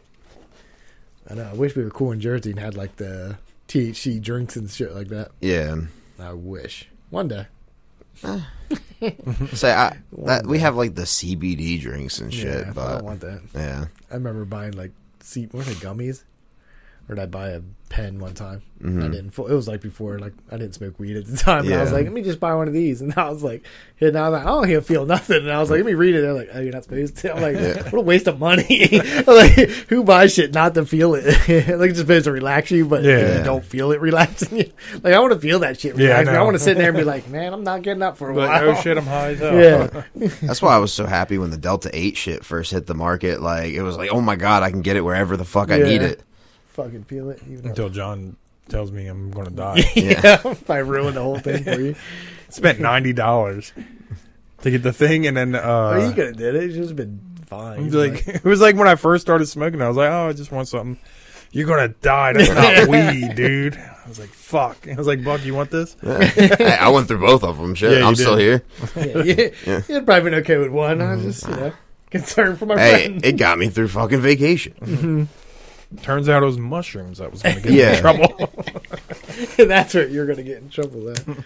Speaker 2: I know. I wish we were cool in Jersey and had like the THC drinks and shit like that.
Speaker 3: Yeah.
Speaker 2: I wish. One day.
Speaker 3: Say I that we have like the CBD drinks and shit,
Speaker 2: yeah, I
Speaker 3: but
Speaker 2: don't want that.
Speaker 3: yeah.
Speaker 2: I remember buying like see were they gummies? Or did I buy a pen one time?
Speaker 3: Mm-hmm.
Speaker 1: Mm-hmm.
Speaker 2: I didn't. fu- It was like before, like I didn't smoke weed at the time. And I was
Speaker 3: Yeah.
Speaker 2: like, let me just buy one of these. And I was like, and I was like, I don't even feel nothing. And I was like, let me read it. They're like, oh, you're not supposed to. I'm like, what a waste of money. like, who buys shit not to feel it? like, it's supposed to relax you, but
Speaker 1: Yeah.
Speaker 2: you don't feel it relaxing you. Like, I want to feel that shit.
Speaker 1: Yeah, I
Speaker 2: Relax me. I,
Speaker 1: know.
Speaker 2: want to sit there and be like, man, I'm not getting up for a
Speaker 1: like,
Speaker 2: while.
Speaker 1: oh shit, I'm high as hell.
Speaker 2: Yeah,
Speaker 3: That's why I was so happy when the Delta 8 shit first hit the market. Like, it was like, oh my God, I can get it wherever the fuck I
Speaker 2: Yeah.
Speaker 3: need it.
Speaker 2: fucking feel it. even though-
Speaker 1: Until John tells me I'm going to die.
Speaker 2: yeah, if I ruined the whole thing for you.
Speaker 1: Spent ninety dollars to get the thing, and then uh,
Speaker 2: Oh, you could have did it. It's just been fine.
Speaker 1: It's like it was like when I first started smoking. I was like, oh, I just want something. You're gonna die. That's not weed, dude. I was like, fuck. I was like, Buck, you want this?
Speaker 3: I, I went through both of them. Shit,
Speaker 1: Yeah, you
Speaker 3: I'm still
Speaker 1: did.
Speaker 3: here.
Speaker 2: yeah, yeah, you'd probably been okay with one. I was just, you know, concerned for my
Speaker 3: Hey,
Speaker 2: friend.
Speaker 3: it got me through fucking vacation.
Speaker 1: Turns out it was mushrooms that was gonna get me
Speaker 3: Yeah.
Speaker 1: in trouble.
Speaker 2: That's where you're gonna get in trouble. Then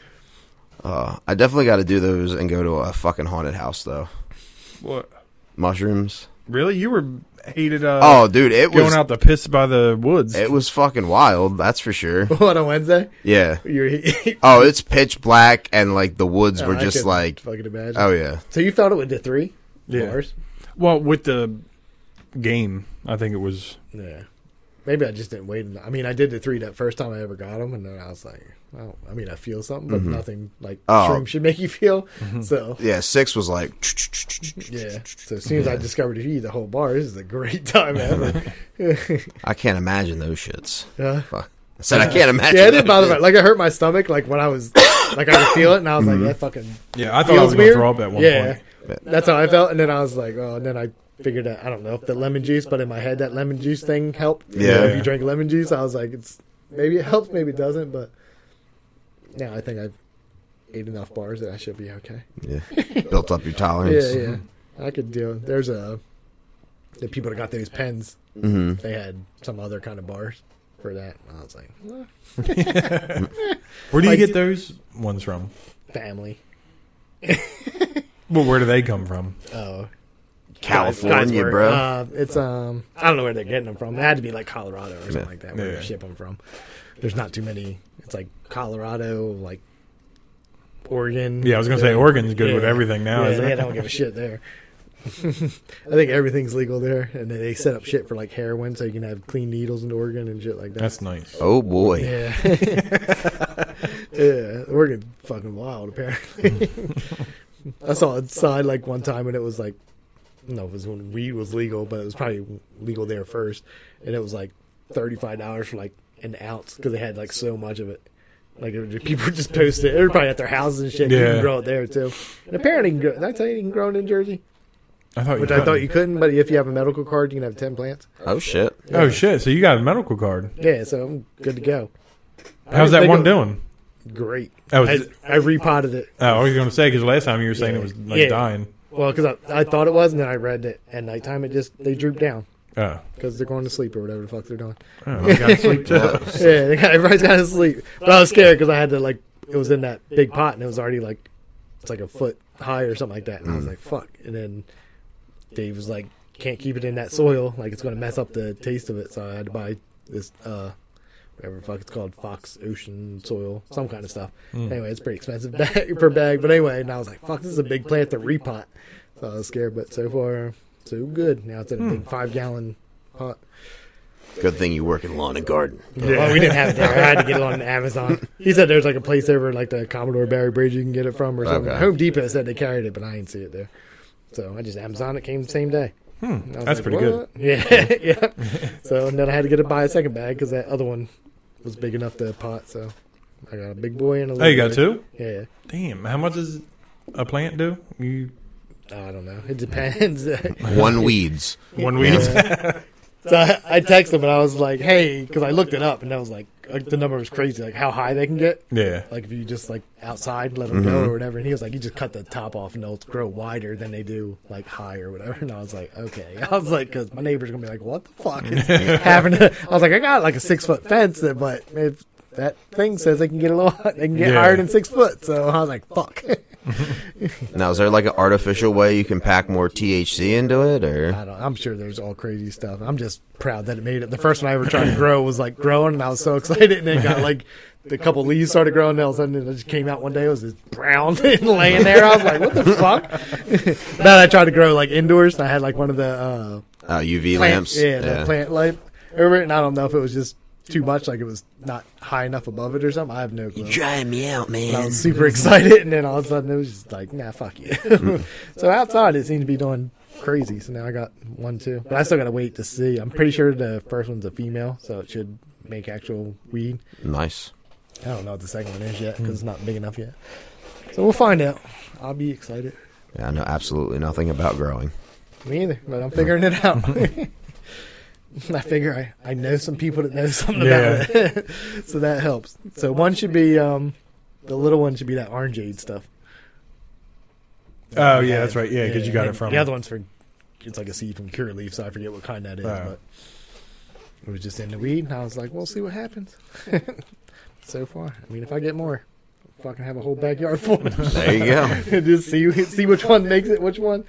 Speaker 3: Uh, I definitely got to do those and go to a fucking haunted house, though.
Speaker 1: what?
Speaker 3: Mushrooms.
Speaker 1: Really? You were hated? Uh,
Speaker 3: Oh, dude, it
Speaker 1: going
Speaker 3: was.
Speaker 1: out to piss by the woods.
Speaker 3: It was fucking wild, that's for sure.
Speaker 2: on a Wednesday,
Speaker 3: Yeah.
Speaker 2: you're
Speaker 3: Oh, it's pitch black and like the woods were
Speaker 2: I
Speaker 3: just
Speaker 2: couldn't
Speaker 3: like,
Speaker 2: fucking imagine.
Speaker 3: oh yeah,
Speaker 2: So you felt it with the three
Speaker 1: Yeah.
Speaker 2: bars.
Speaker 1: well, with the game, I think it was.
Speaker 2: Yeah. Maybe I just didn't wait. en- I mean, I did the three that first time I ever got them, and then I was like, well, I mean, I feel something, but nothing like
Speaker 3: Oh.
Speaker 2: shrooms should make you feel.
Speaker 1: Mm.
Speaker 2: So
Speaker 3: yeah. Six was like,
Speaker 2: yeah. So as soon as I discovered you, the whole bar this is a great time ever.
Speaker 3: I can't imagine those shits.
Speaker 2: yeah.
Speaker 3: Fuck. I said I can't imagine.
Speaker 2: Yeah, it
Speaker 3: those
Speaker 2: didn't bother
Speaker 3: shits.
Speaker 2: me. Like it hurt my stomach. Like when I was, like I could feel it, and I was like, that fucking
Speaker 1: Yeah, I thought I
Speaker 2: feels
Speaker 1: was gonna
Speaker 2: weird.
Speaker 1: throw up at one
Speaker 2: yeah,
Speaker 1: point.
Speaker 2: that's how I felt. And then I was like, oh, and then I figured out, I don't know if the lemon juice, but in my head, that lemon juice thing helped. You
Speaker 3: Yeah.
Speaker 2: know, if you drink lemon juice, I was like, it's maybe it helps, maybe it doesn't, but now I think I've ate enough bars that I should be okay.
Speaker 3: Yeah. Built up your
Speaker 2: Yeah,
Speaker 3: tolerance.
Speaker 2: yeah. I could deal. There's a the people that got those pens.
Speaker 3: hmm
Speaker 2: They had some other kind of bars for that. And I was like, "Eh,
Speaker 1: Where do you
Speaker 2: Like-
Speaker 1: get those ones from?
Speaker 2: family.
Speaker 1: Well, where do they come from?
Speaker 2: Oh, guys
Speaker 3: California,
Speaker 2: were-
Speaker 3: bro.
Speaker 2: Uh, it's um, I don't know where they're getting them from. It had to be like Colorado or something
Speaker 3: Yeah.
Speaker 2: like that where
Speaker 1: Yeah.
Speaker 2: they ship them from. There's not too many. It's like Colorado, like Oregon.
Speaker 1: Yeah, I was gonna say
Speaker 2: Uh,
Speaker 1: Oregon's good with
Speaker 2: yeah.
Speaker 1: everything now.
Speaker 2: yeah,
Speaker 1: isn't
Speaker 2: they
Speaker 1: it?
Speaker 2: don't give a shit there. I think everything's legal there, and then they set up shit for like heroin, so you can have clean needles in Oregon and shit like that.
Speaker 1: That's nice.
Speaker 3: oh boy.
Speaker 2: Yeah. yeah. We're getting fucking wild, apparently. I saw a sign like one time and it was like, no, it was when weed was legal, but it was probably legal there first. And it was like $35 for like an ounce because they had like so much of it. Like it was just, people just posted it. Everybody at their houses and shit. You
Speaker 1: Yeah.
Speaker 2: can grow it there too. And apparently, you can grow, did I tell you you can grow it in Jersey?
Speaker 1: I thought
Speaker 2: Which
Speaker 1: Oh, you
Speaker 2: I thought you couldn't, but if you have a medical card, you can have 10 plants.
Speaker 3: Oh shit.
Speaker 1: Oh shit! So you got a medical card.
Speaker 2: Yeah, so I'm good to go.
Speaker 1: How's
Speaker 2: didn't
Speaker 1: that
Speaker 2: think
Speaker 1: one
Speaker 2: it-
Speaker 1: doing?
Speaker 2: Great.
Speaker 1: That was-
Speaker 2: I, I repotted it.
Speaker 1: Oh, I was gonna say because last time you were saying it was like
Speaker 2: Yeah.
Speaker 1: dying.
Speaker 2: Well, because I, I thought it was, and then I read that at nighttime it just they droop down
Speaker 1: Oh,
Speaker 2: because they're going to sleep or whatever the fuck they're doing.
Speaker 1: oh I got sleep too.
Speaker 2: yeah, they got, everybody's got to sleep. But I was scared because I had to like it was in that big pot and it was already like it's like a foot high or something like that, and I was like fuck. And then Dave was like, can't keep it in that soil, like it's going to mess up the taste of it. So I had to buy this uh whatever the fuck it's called, Fox Ocean soil, some kind of stuff. Anyway, it's pretty expensive bag per bag. But anyway, and I was like, fuck, this is a big plant to repot. So I was scared, but so far so good. Now it's in a big five gallon pot.
Speaker 3: Good thing you work in lawn and garden.
Speaker 2: Well, we didn't have it there. I had to get it on Amazon. He said there's like a place over like the Commodore Barry Bridge you can get it from or something.
Speaker 3: Okay.
Speaker 2: Home Depot said they carried it, but I didn't see it there. So I just Amazon it came the same day. Hmm,
Speaker 1: that's pretty good.
Speaker 2: Yeah, yeah. So and then I had to get it buy a second bag because that other one was big enough to pot. So I got a big boy and a
Speaker 1: Oh,
Speaker 2: little.
Speaker 1: you got
Speaker 2: boy.
Speaker 1: two.
Speaker 2: Yeah.
Speaker 1: Damn, how much does a plant do? You
Speaker 2: Uh, I don't know. It depends.
Speaker 3: One weeds.
Speaker 1: one weed.
Speaker 2: So I, I texted him and I was like, "Hey," because I looked it up and I was like, like, the number was crazy, like how high they can get.
Speaker 1: Yeah.
Speaker 2: like if you just like outside let them go or whatever and he was like you just cut the top off and they'll grow wider than they do like high or whatever and i was like okay i was like because my neighbor's gonna be like what the fuck is happening i was like i got like a six foot fence but if that thing says they can get a little they can get
Speaker 1: Yeah.
Speaker 2: higher than six foot so i was like fuck
Speaker 3: Now, is there like an artificial way you can pack more THC into it, or
Speaker 2: I don't, i'm sure there's all crazy stuff i'm just proud that it made it the first one i ever tried to grow was like growing and i was so excited and then got like the couple leaves started growing and all of a sudden it just came out one day it was just brown and laying there i was like what the fuck That I tried to grow like indoors, and I had like one of the uh,
Speaker 3: uh, UV
Speaker 2: plant,
Speaker 3: lamps?
Speaker 2: yeah, the plant light over it, and I don't know if it was just too much, like it was not high enough above it or something. I have no clue.
Speaker 3: Dry me out,
Speaker 2: But I
Speaker 3: man.
Speaker 2: was super excited, and then all of a sudden it was just like, nah, fuck you. so outside it seemed to be doing crazy. So now I got one too, but I still gotta wait to see. I'm pretty sure the first one's a female, so it should make actual weed.
Speaker 3: Nice.
Speaker 2: I don't know what the second one is yet because it's not big enough yet. So we'll find out. I'll be excited.
Speaker 3: Yeah, I know absolutely nothing about growing.
Speaker 2: Me either, but I'm figuring it out. I figure I, I know some people that know something about it. so that helps. So one should be um the little one should be that orangeade stuff.
Speaker 1: Oh yeah, that's right. Yeah, because you got
Speaker 2: and
Speaker 1: it from
Speaker 2: the other one's for it's like a seed from cure leaf, so I forget what kind that is,
Speaker 1: Oh.
Speaker 2: but it was just in the weed and I was like, We'll see what happens. so far. I mean if I get more, fucking have a whole backyard full of them.
Speaker 3: There you go.
Speaker 2: just see see which one makes it, which one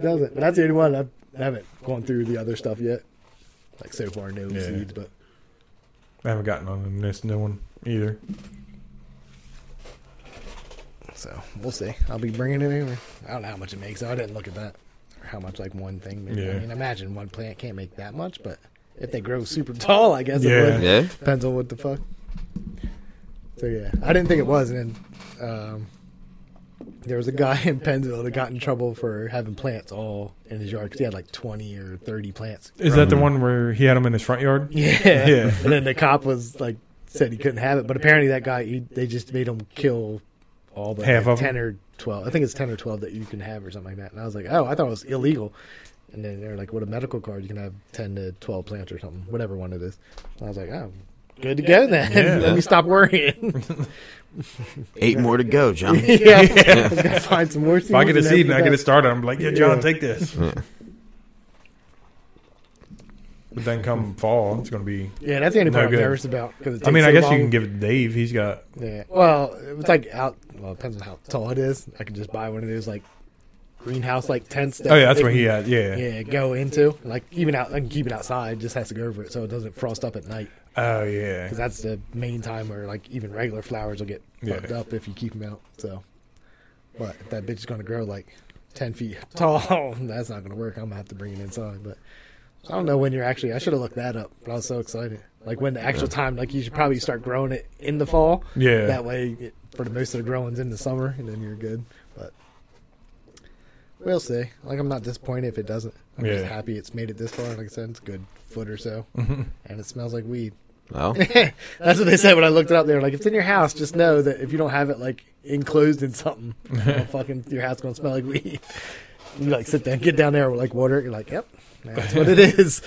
Speaker 2: doesn't. But that's the only one I've, I haven't gone through the other stuff yet. Like so far, no
Speaker 1: Yeah.
Speaker 2: seeds, but
Speaker 1: I haven't gotten on this new one either.
Speaker 2: so we'll see. I'll be bringing it over. I don't know how much it makes. I didn't look at that or how much like one thing. Maybe.
Speaker 1: Yeah.
Speaker 2: I mean, imagine one plant can't make that much, but if they grow super tall, I guess
Speaker 1: Yeah.
Speaker 2: it would.
Speaker 3: Yeah.
Speaker 2: Depends on what the fuck. So yeah, I didn't think it was, and then um, there was a guy in Pennsville that got in trouble for having plants all in his yard because he had like twenty or thirty plants.
Speaker 1: Is that the one where he had them in his front yard?
Speaker 2: Yeah.
Speaker 1: Yeah.
Speaker 2: And then the cop was like, said he couldn't have it, but apparently that guy, he, they just made him kill all but
Speaker 1: Half
Speaker 2: like
Speaker 1: of 'em?
Speaker 2: ten or twelve. I think it's ten or twelve that you can have or something like that. And I was like, oh, I thought it was illegal. And then they're like, with a medical card, you can have 10 to 12 plants or something, whatever one it is. And I was like, oh, good to go then.
Speaker 1: Yeah.
Speaker 2: Let me stop worrying.
Speaker 3: Eight more to go, John.
Speaker 2: yeah. I gotta find some more
Speaker 1: If I get a seed and I get it started, I'm like, yeah, John, take this. But then come fall, it's going to be.
Speaker 2: Yeah, that's the only
Speaker 1: No
Speaker 2: part
Speaker 1: good.
Speaker 2: I'm nervous about. 'cause it
Speaker 1: I mean,
Speaker 2: takes
Speaker 1: I
Speaker 2: so
Speaker 1: guess you
Speaker 2: long.
Speaker 1: can give it to Dave. He's got.
Speaker 2: Yeah. Well, if it's like out. Well, it depends on how tall it is. I could just buy one of those like greenhouse like tents. That
Speaker 1: Oh, yeah, that's
Speaker 2: they
Speaker 1: what he
Speaker 2: can-
Speaker 1: had. Yeah.
Speaker 2: Yeah, go into like even out. I can keep it outside. Just has to go over it so it doesn't frost up at night.
Speaker 1: Oh, yeah.
Speaker 2: Because that's the main time where like even regular flowers will get
Speaker 1: Yeah.
Speaker 2: fucked up if you keep them out. So, but if that bitch is gonna grow like ten feet tall, that's not gonna work. I'm gonna have to bring it inside. But I don't know when you're actually. I should have looked that up. But I was so excited. Like when the actual time. Like you should probably start growing it in the fall.
Speaker 1: Yeah.
Speaker 2: That way, it, for the most of the growings in the summer, and then you're good. But we'll see. Like I'm not disappointed if it doesn't. I'm just
Speaker 1: Yeah. Mm-hmm.
Speaker 2: happy it's made it this far. Like I said, it's a good foot or so, and it smells like weed.
Speaker 3: Well,
Speaker 2: That's what they said when I looked it up. They were like, if it's in your house, just know that if you don't have it like enclosed in something, it'll fucking your house gonna smell like weed. You like sit down, get down there, with like water. it, You're like, yep, that's what it is.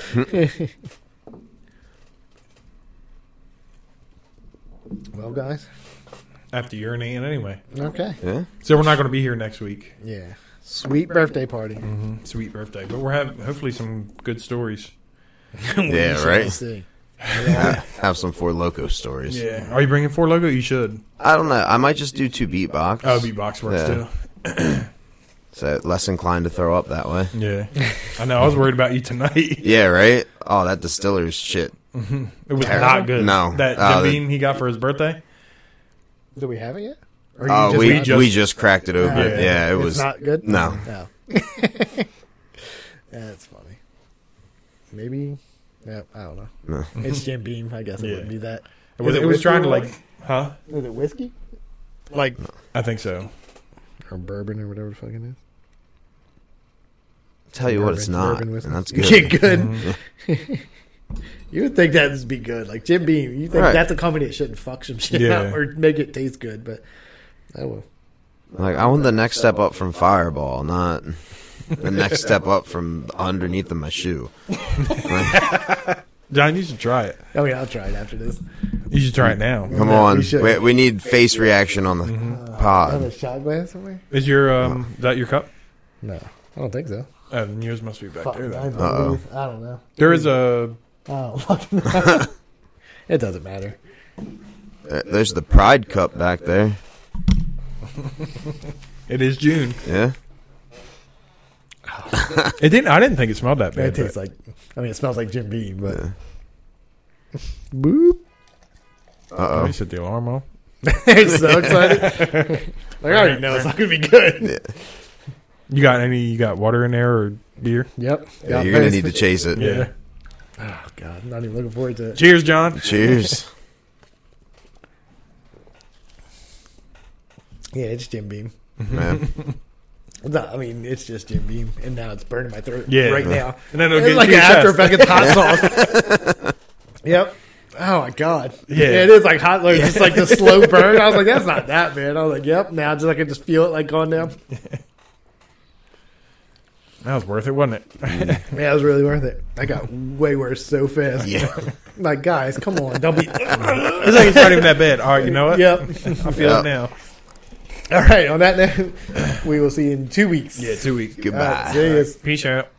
Speaker 2: well, guys,
Speaker 1: After urinating anyway.
Speaker 2: okay,
Speaker 3: yeah.
Speaker 1: So we're not going to be here next week.
Speaker 2: yeah, sweet birthday party.
Speaker 1: Sweet birthday. But we're having hopefully some good stories.
Speaker 2: We
Speaker 3: Yeah,
Speaker 2: shall
Speaker 3: right?
Speaker 2: see.
Speaker 3: Ha- Have some Four Loco stories.
Speaker 1: Yeah. Are you bringing Four Logo? You should.
Speaker 3: I don't know. I might just do two beatbox.
Speaker 1: Oh, beatbox works
Speaker 3: Yeah. So less inclined to throw up that way.
Speaker 1: too. Yeah. I know. I was worried about you tonight.
Speaker 3: Yeah, right? Oh, that distiller's shit.
Speaker 1: It was
Speaker 3: Terrible.
Speaker 1: not good.
Speaker 3: No.
Speaker 1: That
Speaker 3: Oh,
Speaker 1: Jim Beam he got for his birthday?
Speaker 2: Do we have it yet? Or you
Speaker 3: Oh,
Speaker 2: just
Speaker 3: we,
Speaker 2: got
Speaker 1: just-
Speaker 3: we just cracked it open.
Speaker 1: Yeah.
Speaker 3: Yeah, it
Speaker 2: It's
Speaker 3: was.
Speaker 2: not good.
Speaker 3: No.
Speaker 2: No. That's funny. Maybe. Yeah, I don't know.
Speaker 3: No.
Speaker 2: It's Jim Beam. I guess it
Speaker 1: Yeah.
Speaker 2: wouldn't be that.
Speaker 1: It was,
Speaker 2: Is
Speaker 1: it was
Speaker 2: whiskey
Speaker 1: trying to
Speaker 2: or
Speaker 1: like. Huh?
Speaker 2: whatever? Is it whiskey? Like
Speaker 1: I think so.
Speaker 2: or bourbon or whatever the fuck it is.
Speaker 3: Tell you what, it's
Speaker 2: Bourbon-
Speaker 3: not.
Speaker 2: bourbon
Speaker 3: And
Speaker 2: whiskey.
Speaker 3: that's
Speaker 2: Yeah,
Speaker 3: good.
Speaker 2: good. you would think that would be good. Like Jim Beam. You think
Speaker 3: Right.
Speaker 2: that's a company that shouldn't fuck some shit
Speaker 1: Yeah.
Speaker 2: up or make it taste good, but oh well.
Speaker 3: Like, I want the next step up from Fireball, not the next step up from underneath of my shoe.
Speaker 1: John, you should try it.
Speaker 2: I mean, I'll try it after this.
Speaker 1: You should try it now.
Speaker 3: Come
Speaker 2: Yeah,
Speaker 3: on.
Speaker 2: we should.
Speaker 3: We, we need face reaction on the
Speaker 2: Another
Speaker 3: pod.
Speaker 2: shot glass somewhere?
Speaker 1: Is your um is that your cup?
Speaker 2: No, I don't think so.
Speaker 1: Uh, then yours must be back
Speaker 2: Fuck,
Speaker 1: there.
Speaker 2: I
Speaker 1: Then.
Speaker 3: Uh-oh.
Speaker 2: believe- I don't know.
Speaker 1: There is a
Speaker 2: Oh, fucking know. it doesn't matter. Mm-hmm.
Speaker 3: Uh, There's the Pride Cup back there.
Speaker 1: It is June.
Speaker 3: Yeah.
Speaker 1: It didn't. I didn't think it smelled that bad.
Speaker 2: it tastes
Speaker 1: but-
Speaker 2: like, I mean, it smells like Jim Beam, but. Boop.
Speaker 1: Oh,
Speaker 3: Uh
Speaker 1: you
Speaker 3: oh.
Speaker 1: set the alarm off.
Speaker 2: I'm so excited. like, I already know it's not going to be good.
Speaker 1: You got any? You got water in there or beer?
Speaker 2: Yep.
Speaker 3: Yeah, you're going to need to chase it.
Speaker 2: Oh, God. I'm not even looking forward to it.
Speaker 1: Cheers, John.
Speaker 3: Cheers.
Speaker 2: Yeah, it's Jim Beam.
Speaker 3: Man.
Speaker 2: No, I mean, it's just Jim Beam. And now it's burning my throat
Speaker 1: Yeah.
Speaker 2: right now.
Speaker 1: And then it'll
Speaker 2: It's
Speaker 1: get
Speaker 2: like
Speaker 1: to
Speaker 2: an
Speaker 1: your
Speaker 2: after
Speaker 1: chest.
Speaker 2: effect. It's hot sauce. yep. Oh my god.
Speaker 1: Yeah.
Speaker 2: it is like hot. Like just like the slow burn. I was like, that's not that bad. I was like, yep. Now just I can just feel it like going down.
Speaker 1: That was worth it, wasn't it?
Speaker 2: Yeah, it was really worth it. I got way worse so fast.
Speaker 3: Yeah.
Speaker 2: Like guys, come on, don't be.
Speaker 1: It's like it's not even that bad. All right, you know what?
Speaker 2: yep.
Speaker 1: I feel
Speaker 3: Yeah.
Speaker 1: it now.
Speaker 2: All right. On that note, we will see you in two weeks.
Speaker 1: Yeah, two weeks.
Speaker 2: All right,
Speaker 3: Goodbye.
Speaker 2: see you.
Speaker 1: Peace out.